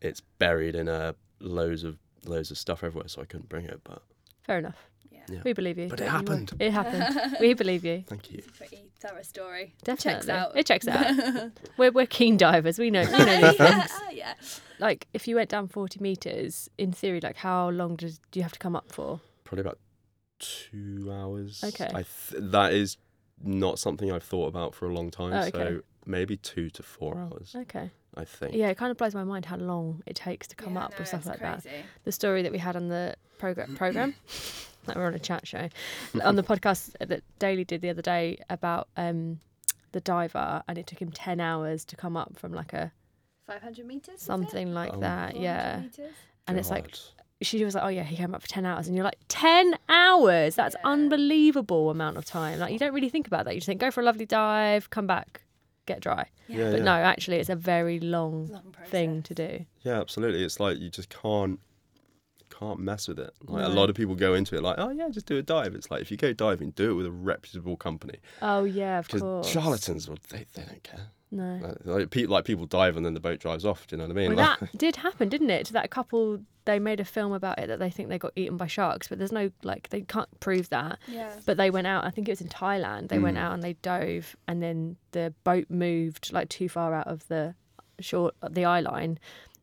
Speaker 3: it's buried in uh, loads of loads of stuff everywhere, so I couldn't bring it. But
Speaker 1: Fair enough.
Speaker 2: (laughs) Yeah.
Speaker 3: Yeah.
Speaker 1: We believe you.
Speaker 3: But it
Speaker 1: Don't you worry.
Speaker 3: happened.
Speaker 1: It
Speaker 2: (laughs)
Speaker 1: happened. we believe you.
Speaker 3: thank you.
Speaker 2: Pretty thorough story.
Speaker 1: Definitely.
Speaker 2: Checks out.
Speaker 1: It checks
Speaker 2: (laughs)
Speaker 1: out. we're, we're keen divers. We know, we know these
Speaker 2: yeah,
Speaker 1: things.
Speaker 2: (laughs) oh, yeah.
Speaker 1: Like, if you went down 40 metres, in theory, like, how long does, do you have to come up for?
Speaker 3: Probably about two hours.
Speaker 1: Okay.
Speaker 3: I th- that is not something I've thought about for a long time.
Speaker 1: Oh,
Speaker 3: So
Speaker 1: okay.
Speaker 3: maybe two to four hours,
Speaker 1: Okay.
Speaker 3: I think.
Speaker 1: Yeah, it kind of blows my mind how long it takes to come
Speaker 2: Yeah,
Speaker 1: up
Speaker 2: no,
Speaker 1: with stuff
Speaker 2: it's
Speaker 1: like that.
Speaker 2: crazy.
Speaker 1: The story that we had on the
Speaker 3: (clears throat)
Speaker 1: program, program like we're on a chat show, on the podcast that Daily did the other day about um, the diver, and it took him 10 hours to come up from like a
Speaker 2: 500 meters? was it?
Speaker 1: something like
Speaker 3: Um,
Speaker 1: that.
Speaker 2: 400
Speaker 1: Uh, Yeah.
Speaker 2: meters?
Speaker 1: And it's like,
Speaker 3: God.
Speaker 1: she was like, "Oh yeah, he came up for ten hours," and you're like, 10 hours? That's
Speaker 2: Yeah.
Speaker 1: unbelievable amount of time. Like you don't really think about that. You just think, "Go for a lovely dive, come back, get dry."
Speaker 3: Yeah,
Speaker 1: But
Speaker 3: yeah.
Speaker 1: no, actually, it's a very long,
Speaker 2: Long process.
Speaker 1: thing to do.
Speaker 3: Yeah, absolutely. It's like you just can't can't mess with it. Like a
Speaker 1: No.
Speaker 3: lot of people go into it like, oh yeah, just do a dive. It's like if you go diving, do it with a reputable company
Speaker 1: Oh yeah, of
Speaker 3: because
Speaker 1: course.
Speaker 3: charlatans, well, they, they don't care.
Speaker 1: no.
Speaker 3: Like, like, pe- like people dive and then the boat drives off. Do you know what I mean?
Speaker 1: Well,
Speaker 3: Like-
Speaker 1: that did happen, didn't it? To that couple, they made a film about it that they think they got eaten by sharks, but there's no like they can't prove that.
Speaker 2: Yeah.
Speaker 1: But they went out. I think it was in Thailand. They went
Speaker 3: Mm.
Speaker 1: out and they dove, and then the boat moved like too far out of the shore, uh, the eye line,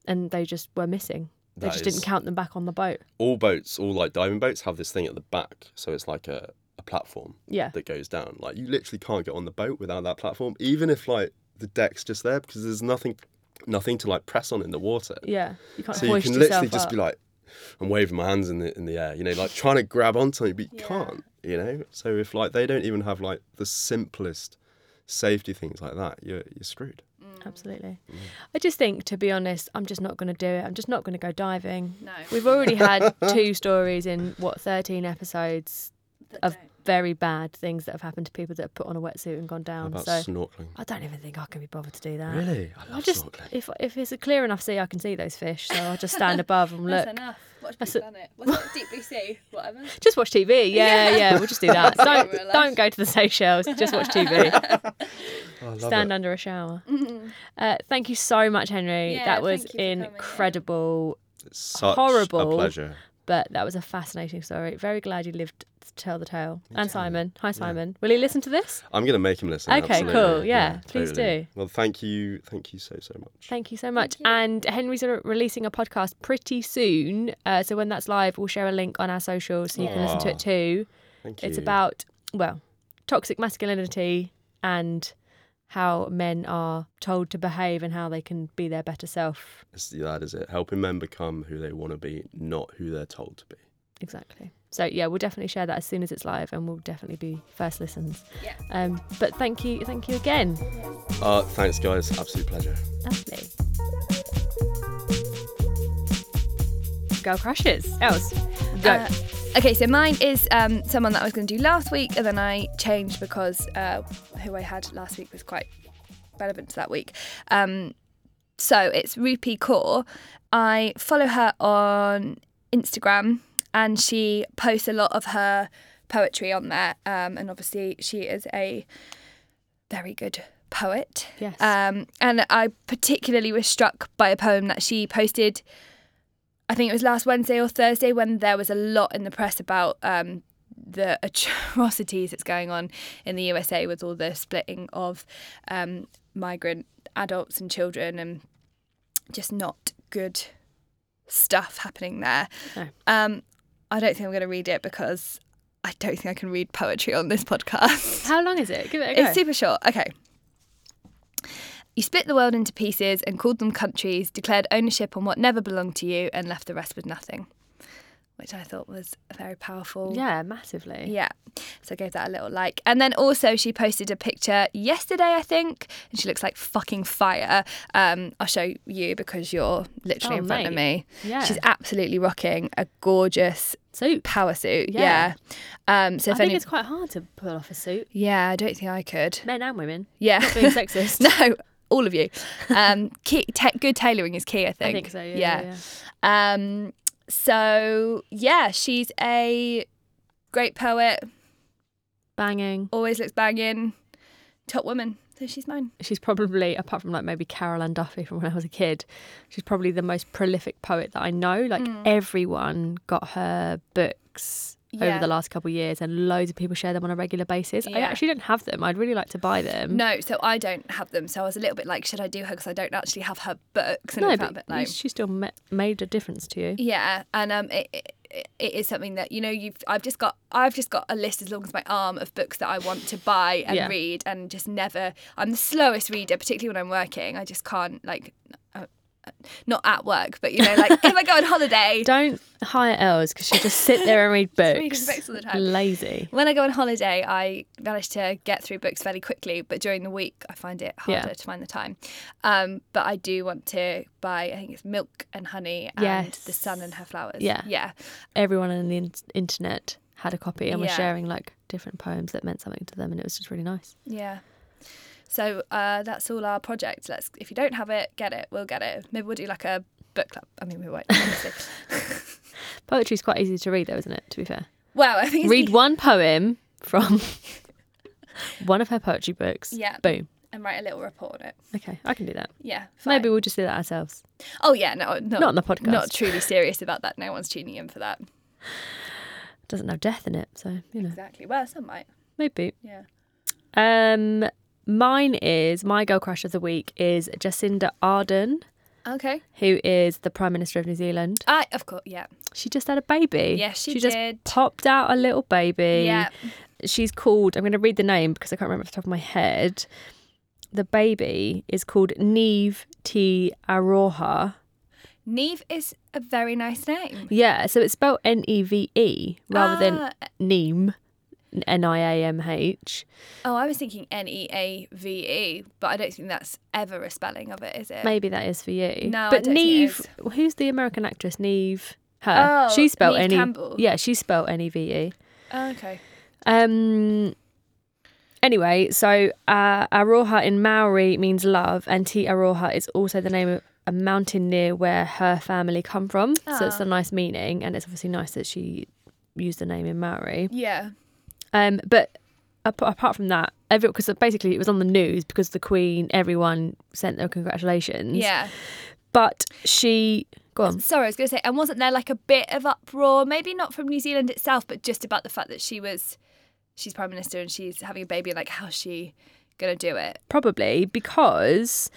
Speaker 1: and they just were missing. They
Speaker 3: That
Speaker 1: just
Speaker 3: is-
Speaker 1: didn't count them back on the boat.
Speaker 3: all boats, all like diving boats, have this thing at the back, so it's like a, a platform
Speaker 1: Yeah.
Speaker 3: that goes down. Like you literally can't get on the boat without that platform, even if like the deck's just there because there's nothing nothing to like press on in the water.
Speaker 1: Yeah, you can't
Speaker 3: So you
Speaker 1: hoist
Speaker 3: can
Speaker 1: yourself
Speaker 3: literally just
Speaker 1: up.
Speaker 3: be like, I'm waving my hands in the in the air, you know, like trying to grab onto something, but you
Speaker 2: Yeah.
Speaker 3: can't, you know. So if like they don't even have like the simplest safety things like that, you're you're screwed.
Speaker 1: Absolutely.
Speaker 3: mm.
Speaker 1: I just think, to be honest, I'm just not going to do it. I'm just not going to go diving.
Speaker 2: No.
Speaker 1: We've already
Speaker 3: (laughs)
Speaker 1: had two stories in, what, 13 episodes
Speaker 2: That
Speaker 1: of
Speaker 2: don't-
Speaker 1: very bad things that have happened to people that have put on a wetsuit and gone
Speaker 3: How
Speaker 1: down.
Speaker 3: about
Speaker 1: Um, so
Speaker 3: snorkeling?
Speaker 1: I don't even think I can be bothered to do that.
Speaker 3: Really, I
Speaker 1: I
Speaker 3: love
Speaker 1: just,
Speaker 3: snorkeling. (laughs)
Speaker 1: if, if it's a clear enough sea, I can see those fish. So I'll just stand above and
Speaker 2: That's
Speaker 1: look.
Speaker 2: enough. Watch
Speaker 1: That's
Speaker 2: Blue
Speaker 1: a-
Speaker 2: Planet. What's it? Deep Blue Sea. (laughs) Whatever.
Speaker 1: Just watch TV. Yeah,
Speaker 2: Yeah.
Speaker 1: yeah, we'll
Speaker 3: (laughs)
Speaker 1: just do that.
Speaker 2: Sorry,
Speaker 1: don't
Speaker 2: we're allowed.
Speaker 1: don't go to the Seychelles. Just watch TV.
Speaker 3: Oh, I love
Speaker 1: Stand
Speaker 3: it.
Speaker 1: under a shower.
Speaker 2: Mm-hmm.
Speaker 1: Uh, thank you so much, Henry.
Speaker 2: Yeah,
Speaker 1: that was
Speaker 2: thank you for coming in.
Speaker 1: incredible,
Speaker 3: It's such a
Speaker 1: horrible.
Speaker 3: pleasure.
Speaker 1: but that was a fascinating story. Very glad you lived to tell the tale. And Simon, hi Simon. Will he listen to this?
Speaker 3: I'm gonna make him listen.
Speaker 1: Okay, cool.
Speaker 3: absolutely.
Speaker 1: Yeah, please do.
Speaker 3: Well, thank you, thank you so so much.
Speaker 1: Thank you so much. And Henry's re- releasing a podcast pretty soon. Uh, so when that's live, we'll share a link on our socials so you can listen to it too.
Speaker 3: Thank you.
Speaker 1: It's about, well, toxic masculinity and how men are told to behave and how they can be their better self.
Speaker 3: It's- that is it. Helping men become who they want to be, not who they're told to be.
Speaker 1: Exactly. So yeah, we'll definitely share that as soon as it's live and we'll definitely be first listens.
Speaker 2: Yeah.
Speaker 1: Um, but thank you, thank you again.
Speaker 3: Uh, thanks, guys. Absolute pleasure.
Speaker 1: Lovely. Girl crushes. Else. (laughs) Go.
Speaker 2: Uh, okay, so mine is um, someone that I was going to do last week, and then I changed because uh, who I had last week was quite relevant to that week. Um, so it's Rupi Kaur. I follow her on Instagram, and she posts a lot of her poetry on there. Um, and obviously, she is a very good poet.
Speaker 1: Yes.
Speaker 2: Um, and I particularly was struck by a poem that she posted. I think it was last Wednesday or Thursday when there was a lot in the press about um, the (laughs) atrocities that's going on in the USA with all the splitting of um, migrant adults and children and just not good stuff happening there.
Speaker 1: No.
Speaker 2: Um, I don't think I'm going to read it because I don't think I can read poetry on this podcast. (laughs)
Speaker 1: How long is it? Give it a go.
Speaker 2: It's super short. Okay. You split the world into pieces and called them countries, declared ownership on what never belonged to you, and left the rest with nothing, which I thought was very powerful.
Speaker 1: yeah, massively.
Speaker 2: Yeah. So I gave that a little like. And then also, she posted a picture yesterday, I think, and she looks like fucking fire. Um, I'll show you because you're literally
Speaker 1: Oh,
Speaker 2: in front of me.
Speaker 1: Yeah.
Speaker 2: She's absolutely rocking a gorgeous
Speaker 1: Suit.
Speaker 2: power suit.
Speaker 1: Yeah.
Speaker 2: Yeah. Um, so
Speaker 1: I
Speaker 2: if
Speaker 1: think
Speaker 2: any.
Speaker 1: it's quite hard to pull off a suit,
Speaker 2: Yeah, I don't think I could.
Speaker 1: men and women.
Speaker 2: Yeah. (laughs)
Speaker 1: Not (laughs) being sexist.
Speaker 2: No, all of you. Um, key, ta- good tailoring is key, I think.
Speaker 1: I think so. Yeah. yeah. yeah.
Speaker 2: yeah. Um, so yeah, she's a great poet.
Speaker 1: Banging.
Speaker 2: Always looks banging. Top woman. So she's mine.
Speaker 1: She's probably, apart from like maybe Carol Ann Duffy from when I was a kid, she's probably the most prolific poet that I know. Like everyone got her books
Speaker 2: Yeah.
Speaker 1: over the last couple of years, and loads of people share them on a regular basis. I
Speaker 2: Yeah.
Speaker 1: actually don't have them. I'd really like to buy them.
Speaker 2: No, so I don't have them. So I was a little bit like, should I do her? Because I don't actually have her books. And
Speaker 1: No,
Speaker 2: it felt a
Speaker 1: but
Speaker 2: bit like,
Speaker 1: she still ma- made a difference to you.
Speaker 2: Yeah, and um, it, it, it is something that you know you've I've just got I've just got a list as long as my arm of books that I want to buy and
Speaker 1: Yeah.
Speaker 2: read, and just never. I'm the slowest reader, particularly when I'm working. I just can't like, uh, uh, not at work, but you know,
Speaker 1: (laughs)
Speaker 2: like if I go on holiday,
Speaker 1: Don't hire Els because she just sit there and
Speaker 2: (laughs)
Speaker 1: read books.
Speaker 2: reading books all the time.
Speaker 1: Lazy.
Speaker 2: when I go on holiday, I manage to get through books fairly quickly, but during the week, I find it
Speaker 1: Yeah.
Speaker 2: harder to find the time. Um, but I do want to buy, I think it's Milk and Honey and
Speaker 1: Yes.
Speaker 2: The Sun and Her Flowers.
Speaker 1: Yeah.
Speaker 2: Yeah.
Speaker 1: Everyone on the in- internet had a copy and
Speaker 2: Yeah.
Speaker 1: was sharing like different poems that meant something to them, and it was just really nice.
Speaker 2: Yeah. So uh, that's all our projects. Let's if you don't have it, get it. We'll get it. Maybe we'll do like a book club. I mean, we won't. obviously.
Speaker 1: (laughs) Poetry's quite easy to read, though, isn't it? To be fair,
Speaker 2: well, I think it's
Speaker 1: read one poem from (laughs) one of her poetry books.
Speaker 2: e-, Yeah.
Speaker 1: Boom.
Speaker 2: and write a little report on it.
Speaker 1: Okay, I can do that.
Speaker 2: Yeah. fine.
Speaker 1: Maybe we'll just do that ourselves.
Speaker 2: Oh yeah. No. Not,
Speaker 1: Not on the podcast.
Speaker 2: Not truly serious about that. No one's tuning in for that.
Speaker 1: Doesn't have death in it, so you know,
Speaker 2: Exactly. Well, some might.
Speaker 1: maybe.
Speaker 2: Yeah.
Speaker 1: Um, mine is my girl crush of the week is Jacinda Ardern.
Speaker 2: Okay.
Speaker 1: who is the Prime Minister of New Zealand.
Speaker 2: I of course. Yeah.
Speaker 1: She just had a baby.
Speaker 2: Yes, she did.
Speaker 1: just popped out a little baby.
Speaker 2: Yeah.
Speaker 1: She's called, I'm going to read the name because I can't remember off the top of my head. The baby is called Neve T. Aroha.
Speaker 2: Neve is a very nice name.
Speaker 1: Yeah, so it's spelled N E V E rather than
Speaker 2: Ah,
Speaker 1: Neem, N I A M H.
Speaker 2: oh, I was thinking N E A V E, but I don't think that's ever a spelling of it, is it?
Speaker 1: Maybe that is for you.
Speaker 2: No, I
Speaker 1: but
Speaker 2: don't think it
Speaker 1: Neve,
Speaker 2: is.
Speaker 1: who's the American actress? Neve. Her.
Speaker 2: Oh,
Speaker 1: she's spelled
Speaker 2: Neve
Speaker 1: N E-
Speaker 2: Campbell.
Speaker 1: Yeah, she's spelled N E V E.
Speaker 2: Oh, okay.
Speaker 1: Um. Anyway, so uh, Aroha in Maori means love, and Te Aroha is also the name of a mountain near where her family come from. So it's
Speaker 2: Ah.
Speaker 1: a nice meaning, and it's obviously nice that she used the name in Maori.
Speaker 2: Yeah.
Speaker 1: Um, but ap- apart from that, every because basically it was on the news because the Queen, everyone sent their congratulations.
Speaker 2: Yeah.
Speaker 1: But she, go on.
Speaker 2: Sorry, I was going to say, and wasn't there like a bit of uproar? Maybe not from New Zealand itself, but just about the fact that she was, she's prime minister and she's having a baby. and Like, how's she going to do it?
Speaker 1: probably because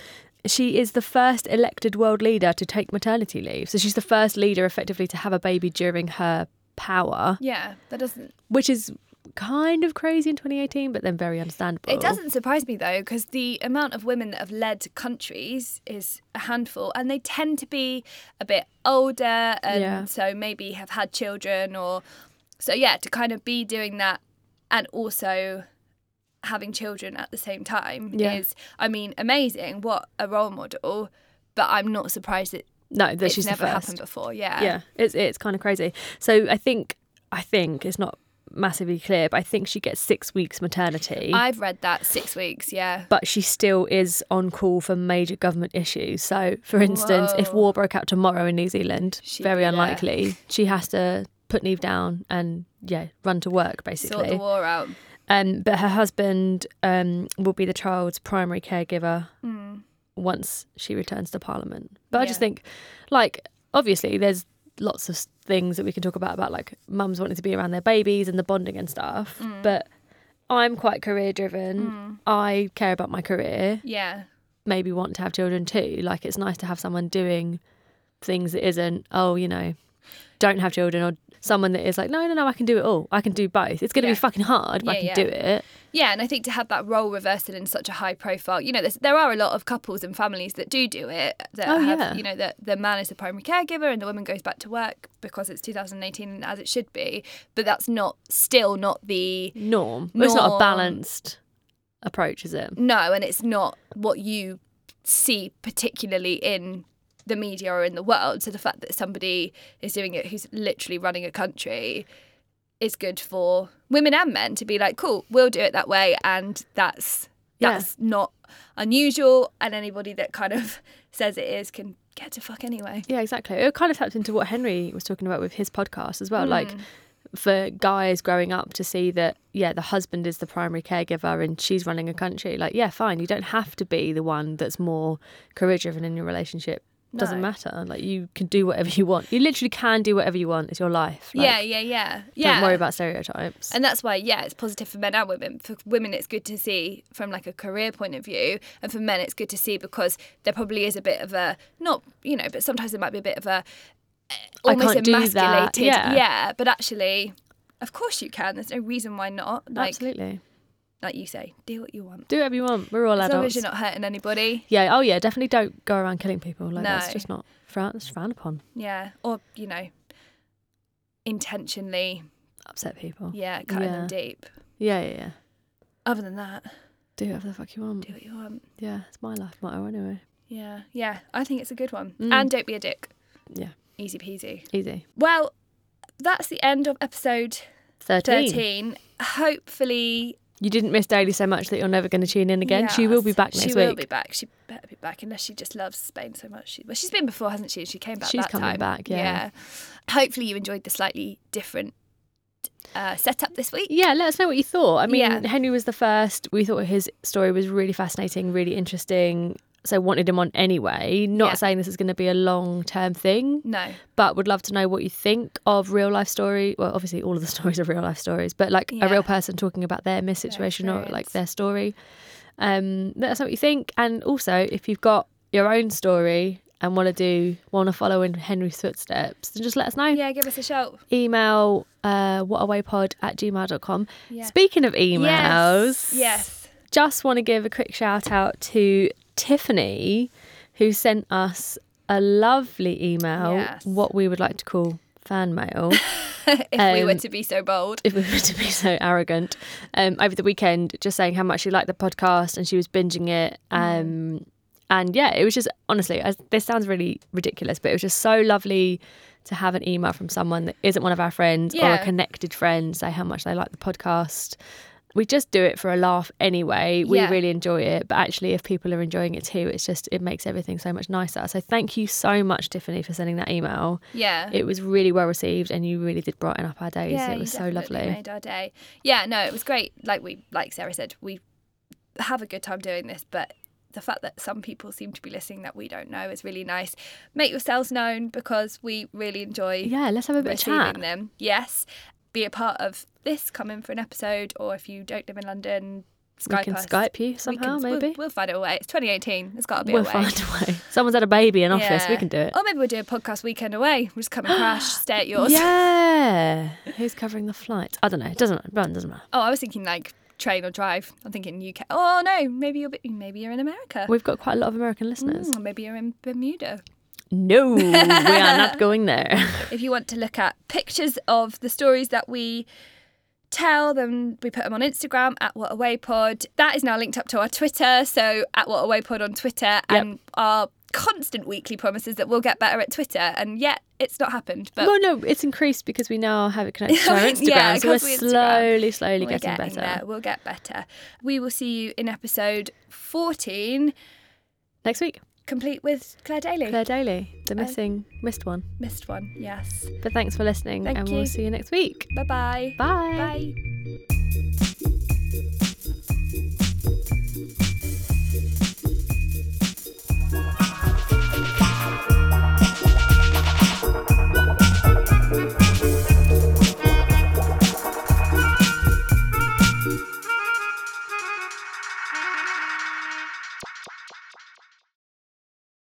Speaker 1: she is the first elected world leader to take maternity leave. So she's the first leader effectively to have a baby during her power,
Speaker 2: Yeah, that doesn't.
Speaker 1: which is kind of crazy in 2018, but then very understandable.
Speaker 2: It doesn't surprise me though, because the amount of women that have led countries is a handful, and they tend to be a bit older, and
Speaker 1: Yeah.
Speaker 2: so maybe have had children, or so yeah, to kind of be doing that, and also having children at the same time
Speaker 1: Yeah.
Speaker 2: is, I mean, amazing. What a role model! But I'm not surprised that
Speaker 1: No, that
Speaker 2: it's
Speaker 1: she's
Speaker 2: never
Speaker 1: the first.
Speaker 2: happened before. Yeah,
Speaker 1: Yeah, it's it's kind of crazy. So I think I think it's not massively clear, but I think she gets six weeks maternity.
Speaker 2: I've read that six weeks. Yeah,
Speaker 1: but she still is on call for major government issues. So, for instance, if
Speaker 2: Whoa.
Speaker 1: war broke out tomorrow in New Zealand,
Speaker 2: She'd be
Speaker 1: very
Speaker 2: there.
Speaker 1: unlikely, she has to put Neve down and yeah, run to work
Speaker 2: sort the
Speaker 1: basically.
Speaker 2: war out.
Speaker 1: Um, but her husband um, will be the child's primary caregiver once she returns to Parliament. But I just
Speaker 2: Hmm. Yeah.
Speaker 1: think, like, obviously, there's lots of s- things that we can talk about about like mums wanting to be around their babies and the bonding and stuff.
Speaker 2: Hmm.
Speaker 1: But I'm quite career driven. I care about my career
Speaker 2: Yeah,
Speaker 1: maybe want to have children too. Like it's nice to have someone doing things that isn't, oh, you know, don't have children or someone that is like, no, no, no, I can do it all. I can do both. It's going to
Speaker 2: Yeah.
Speaker 1: be fucking hard, but I
Speaker 2: Yeah,
Speaker 1: can
Speaker 2: yeah.
Speaker 1: do it.
Speaker 2: Yeah, and I think to have that role reversal in such a high profile, you know, there's, there are a lot of couples and families that do do it. That
Speaker 1: Oh,
Speaker 2: have,
Speaker 1: yeah.
Speaker 2: You know, that the man is the primary caregiver and the woman goes back to work because it's 2018 and as it should be. But that's not still not the
Speaker 1: Norm. It's not a
Speaker 2: Norm.
Speaker 1: balanced approach, is it?
Speaker 2: no, and it's not what you see particularly in the media or in the world. So the fact that somebody is doing it who's literally running a country is good for women and men to be like, cool, we'll do it that way, and that's
Speaker 1: Yeah.
Speaker 2: that's not unusual. And anybody that kind of (laughs) says it is can get to fuck anyway.
Speaker 1: Yeah, exactly. It kind of taps into what Henry was talking about with his podcast as well. Like
Speaker 2: Hmm.
Speaker 1: for guys growing up to see that, yeah, the husband is the primary caregiver and she's running a country. Like, yeah, fine. You don't have to be the one that's more career driven in your relationship. Doesn't
Speaker 2: No.
Speaker 1: matter. Like you can do whatever you want. You literally can do whatever you want. It's your life. Like,
Speaker 2: yeah, yeah, yeah, yeah.
Speaker 1: Don't worry about stereotypes.
Speaker 2: And that's why, yeah, it's positive for men and women. For women, it's good to see from like a career point of view, and for men, it's good to see because there probably is a bit of a not, you know, but sometimes there might be a bit of a eh,
Speaker 1: I
Speaker 2: almost
Speaker 1: can't do that.
Speaker 2: emasculated,
Speaker 1: Yeah.
Speaker 2: But actually, of course you can. There's no reason why not. Like,
Speaker 1: Absolutely.
Speaker 2: like you say, do what you want.
Speaker 1: Do whatever you want. We're all
Speaker 2: As long as
Speaker 1: adults.
Speaker 2: you're not hurting anybody,
Speaker 1: yeah. Oh yeah. Definitely don't go around killing people. Like that's
Speaker 2: No.
Speaker 1: just not frown. That's frowned upon.
Speaker 2: yeah, or you know, intentionally,
Speaker 1: Upset people.
Speaker 2: yeah, cutting them
Speaker 1: Yeah.
Speaker 2: deep.
Speaker 1: Yeah. Yeah. yeah.
Speaker 2: Other than that,
Speaker 1: Do whatever the fuck you want.
Speaker 2: do what you want.
Speaker 1: Yeah, it's my life motto anyway.
Speaker 2: Yeah, yeah, I think it's a good one.
Speaker 1: Mm.
Speaker 2: And don't be a dick.
Speaker 1: Yeah.
Speaker 2: Easy peasy.
Speaker 1: Easy.
Speaker 2: Well, that's the end of episode
Speaker 1: 13.
Speaker 2: 13. Hopefully,
Speaker 1: You didn't miss Daily so much that you're never going to tune in again. She
Speaker 2: yes,
Speaker 1: will be back next
Speaker 2: She
Speaker 1: week.
Speaker 2: will be back. She better be back, unless she just loves Spain so much. She, well, she's been before, hasn't she? She came back
Speaker 1: She's
Speaker 2: that
Speaker 1: coming
Speaker 2: time.
Speaker 1: back, yeah.
Speaker 2: Hopefully, you enjoyed the slightly different uh, setup this week.
Speaker 1: Yeah, let us know what you thought. I mean,
Speaker 2: Yeah.
Speaker 1: Henry was the first. We thought his story was really fascinating, really interesting. So wanted him on anyway. Not
Speaker 2: Yeah.
Speaker 1: saying this is going to be a long term thing,
Speaker 2: No.
Speaker 1: but would love to know what you think of real life story. Well, obviously all of the (laughs) stories are real life stories, but like
Speaker 2: Yeah.
Speaker 1: a real person talking about their miss situation or
Speaker 2: experience.
Speaker 1: like their story. Um, let us know what you think, and also if you've got your own story and want to do want to follow in Henry's footsteps, then just let us know.
Speaker 2: Yeah, give us a shout.
Speaker 1: Email uh, whatawaypod at gmail.com.
Speaker 2: Yeah.
Speaker 1: Speaking of emails,
Speaker 2: Yes. Yes. (laughs)
Speaker 1: just want to give a quick shout out to Tiffany, who sent us a lovely email,
Speaker 2: Yes.
Speaker 1: what we would like to call fan mail,
Speaker 2: if we were
Speaker 1: Um,
Speaker 2: to be so bold.
Speaker 1: if we were to be so arrogant, um, over the weekend, just saying how much she liked the podcast and she was binging it.
Speaker 2: Mm.
Speaker 1: Um, And yeah, it was just honestly, I, this sounds really ridiculous, but it was just so lovely to have an email from someone that isn't one of our friends or
Speaker 2: Yeah.
Speaker 1: a connected friend say how much they like the podcast. we just do it for a laugh anyway. We
Speaker 2: Yeah.
Speaker 1: really enjoy it, but actually, if people are enjoying it too, it's just it makes everything so much nicer. So thank you so much, Tiffany, for sending that email.
Speaker 2: Yeah.
Speaker 1: It was really well received, and you really did brighten up our days. it
Speaker 2: you
Speaker 1: was so
Speaker 2: definitely
Speaker 1: lovely.
Speaker 2: Made our day. Yeah, no, it was great. Like we, like Sarah said, we have a good time doing this, but the fact that some people seem to be listening that we don't know is really nice. Make yourselves known because we really enjoy
Speaker 1: yeah, let's have a bit of
Speaker 2: receiving
Speaker 1: chat.
Speaker 2: them. Yes, be a part of this. Come in for an episode, or if you don't live in London, Skype
Speaker 1: we can
Speaker 2: us.
Speaker 1: Skype you
Speaker 2: We
Speaker 1: somehow,
Speaker 2: can- we'll-
Speaker 1: maybe.
Speaker 2: we'll, find a way. It's 2018. It's got to be
Speaker 1: We'll
Speaker 2: a way.
Speaker 1: find a way. (laughs) Someone's had a baby in office. We
Speaker 2: Yeah.
Speaker 1: can do it.
Speaker 2: Or maybe we'll do a podcast weekend away. We'll just come and crash, stay at yours.
Speaker 1: Yeah. Who's covering the flight? I don't know. It doesn't run, doesn't matter.
Speaker 2: Oh, I was thinking like train or drive. I'm thinking UK. Oh no, maybe you're maybe you're in America.
Speaker 1: We've got quite a lot of American listeners.
Speaker 2: Mm, maybe you're in Bermuda.
Speaker 1: No, we are
Speaker 2: (laughs)
Speaker 1: not going there.
Speaker 2: If you want to look at pictures of the stories that we tell, then we put them on Instagram at What Away Pod. That is now linked up to our Twitter, so at What Away Pod on Twitter, and our constant weekly promises that we'll get better at Twitter, and yet it's not happened. But
Speaker 1: well, no, it's increased because we now have it connected to our
Speaker 2: (laughs) Yeah,
Speaker 1: Instagram. so we're
Speaker 2: 'cause we Instagram.
Speaker 1: slowly, slowly
Speaker 2: We're
Speaker 1: getting, better.
Speaker 2: there. We'll get better. We will see you in episode 14,
Speaker 1: Next week,
Speaker 2: complete with Claire Daly.
Speaker 1: Claire Daly, the missing, missed one.
Speaker 2: Missed one, yes.
Speaker 1: But thanks for listening,
Speaker 2: Thank
Speaker 1: and
Speaker 2: you.
Speaker 1: we'll see you next week.
Speaker 2: Bye-bye.
Speaker 1: Bye.
Speaker 2: Bye.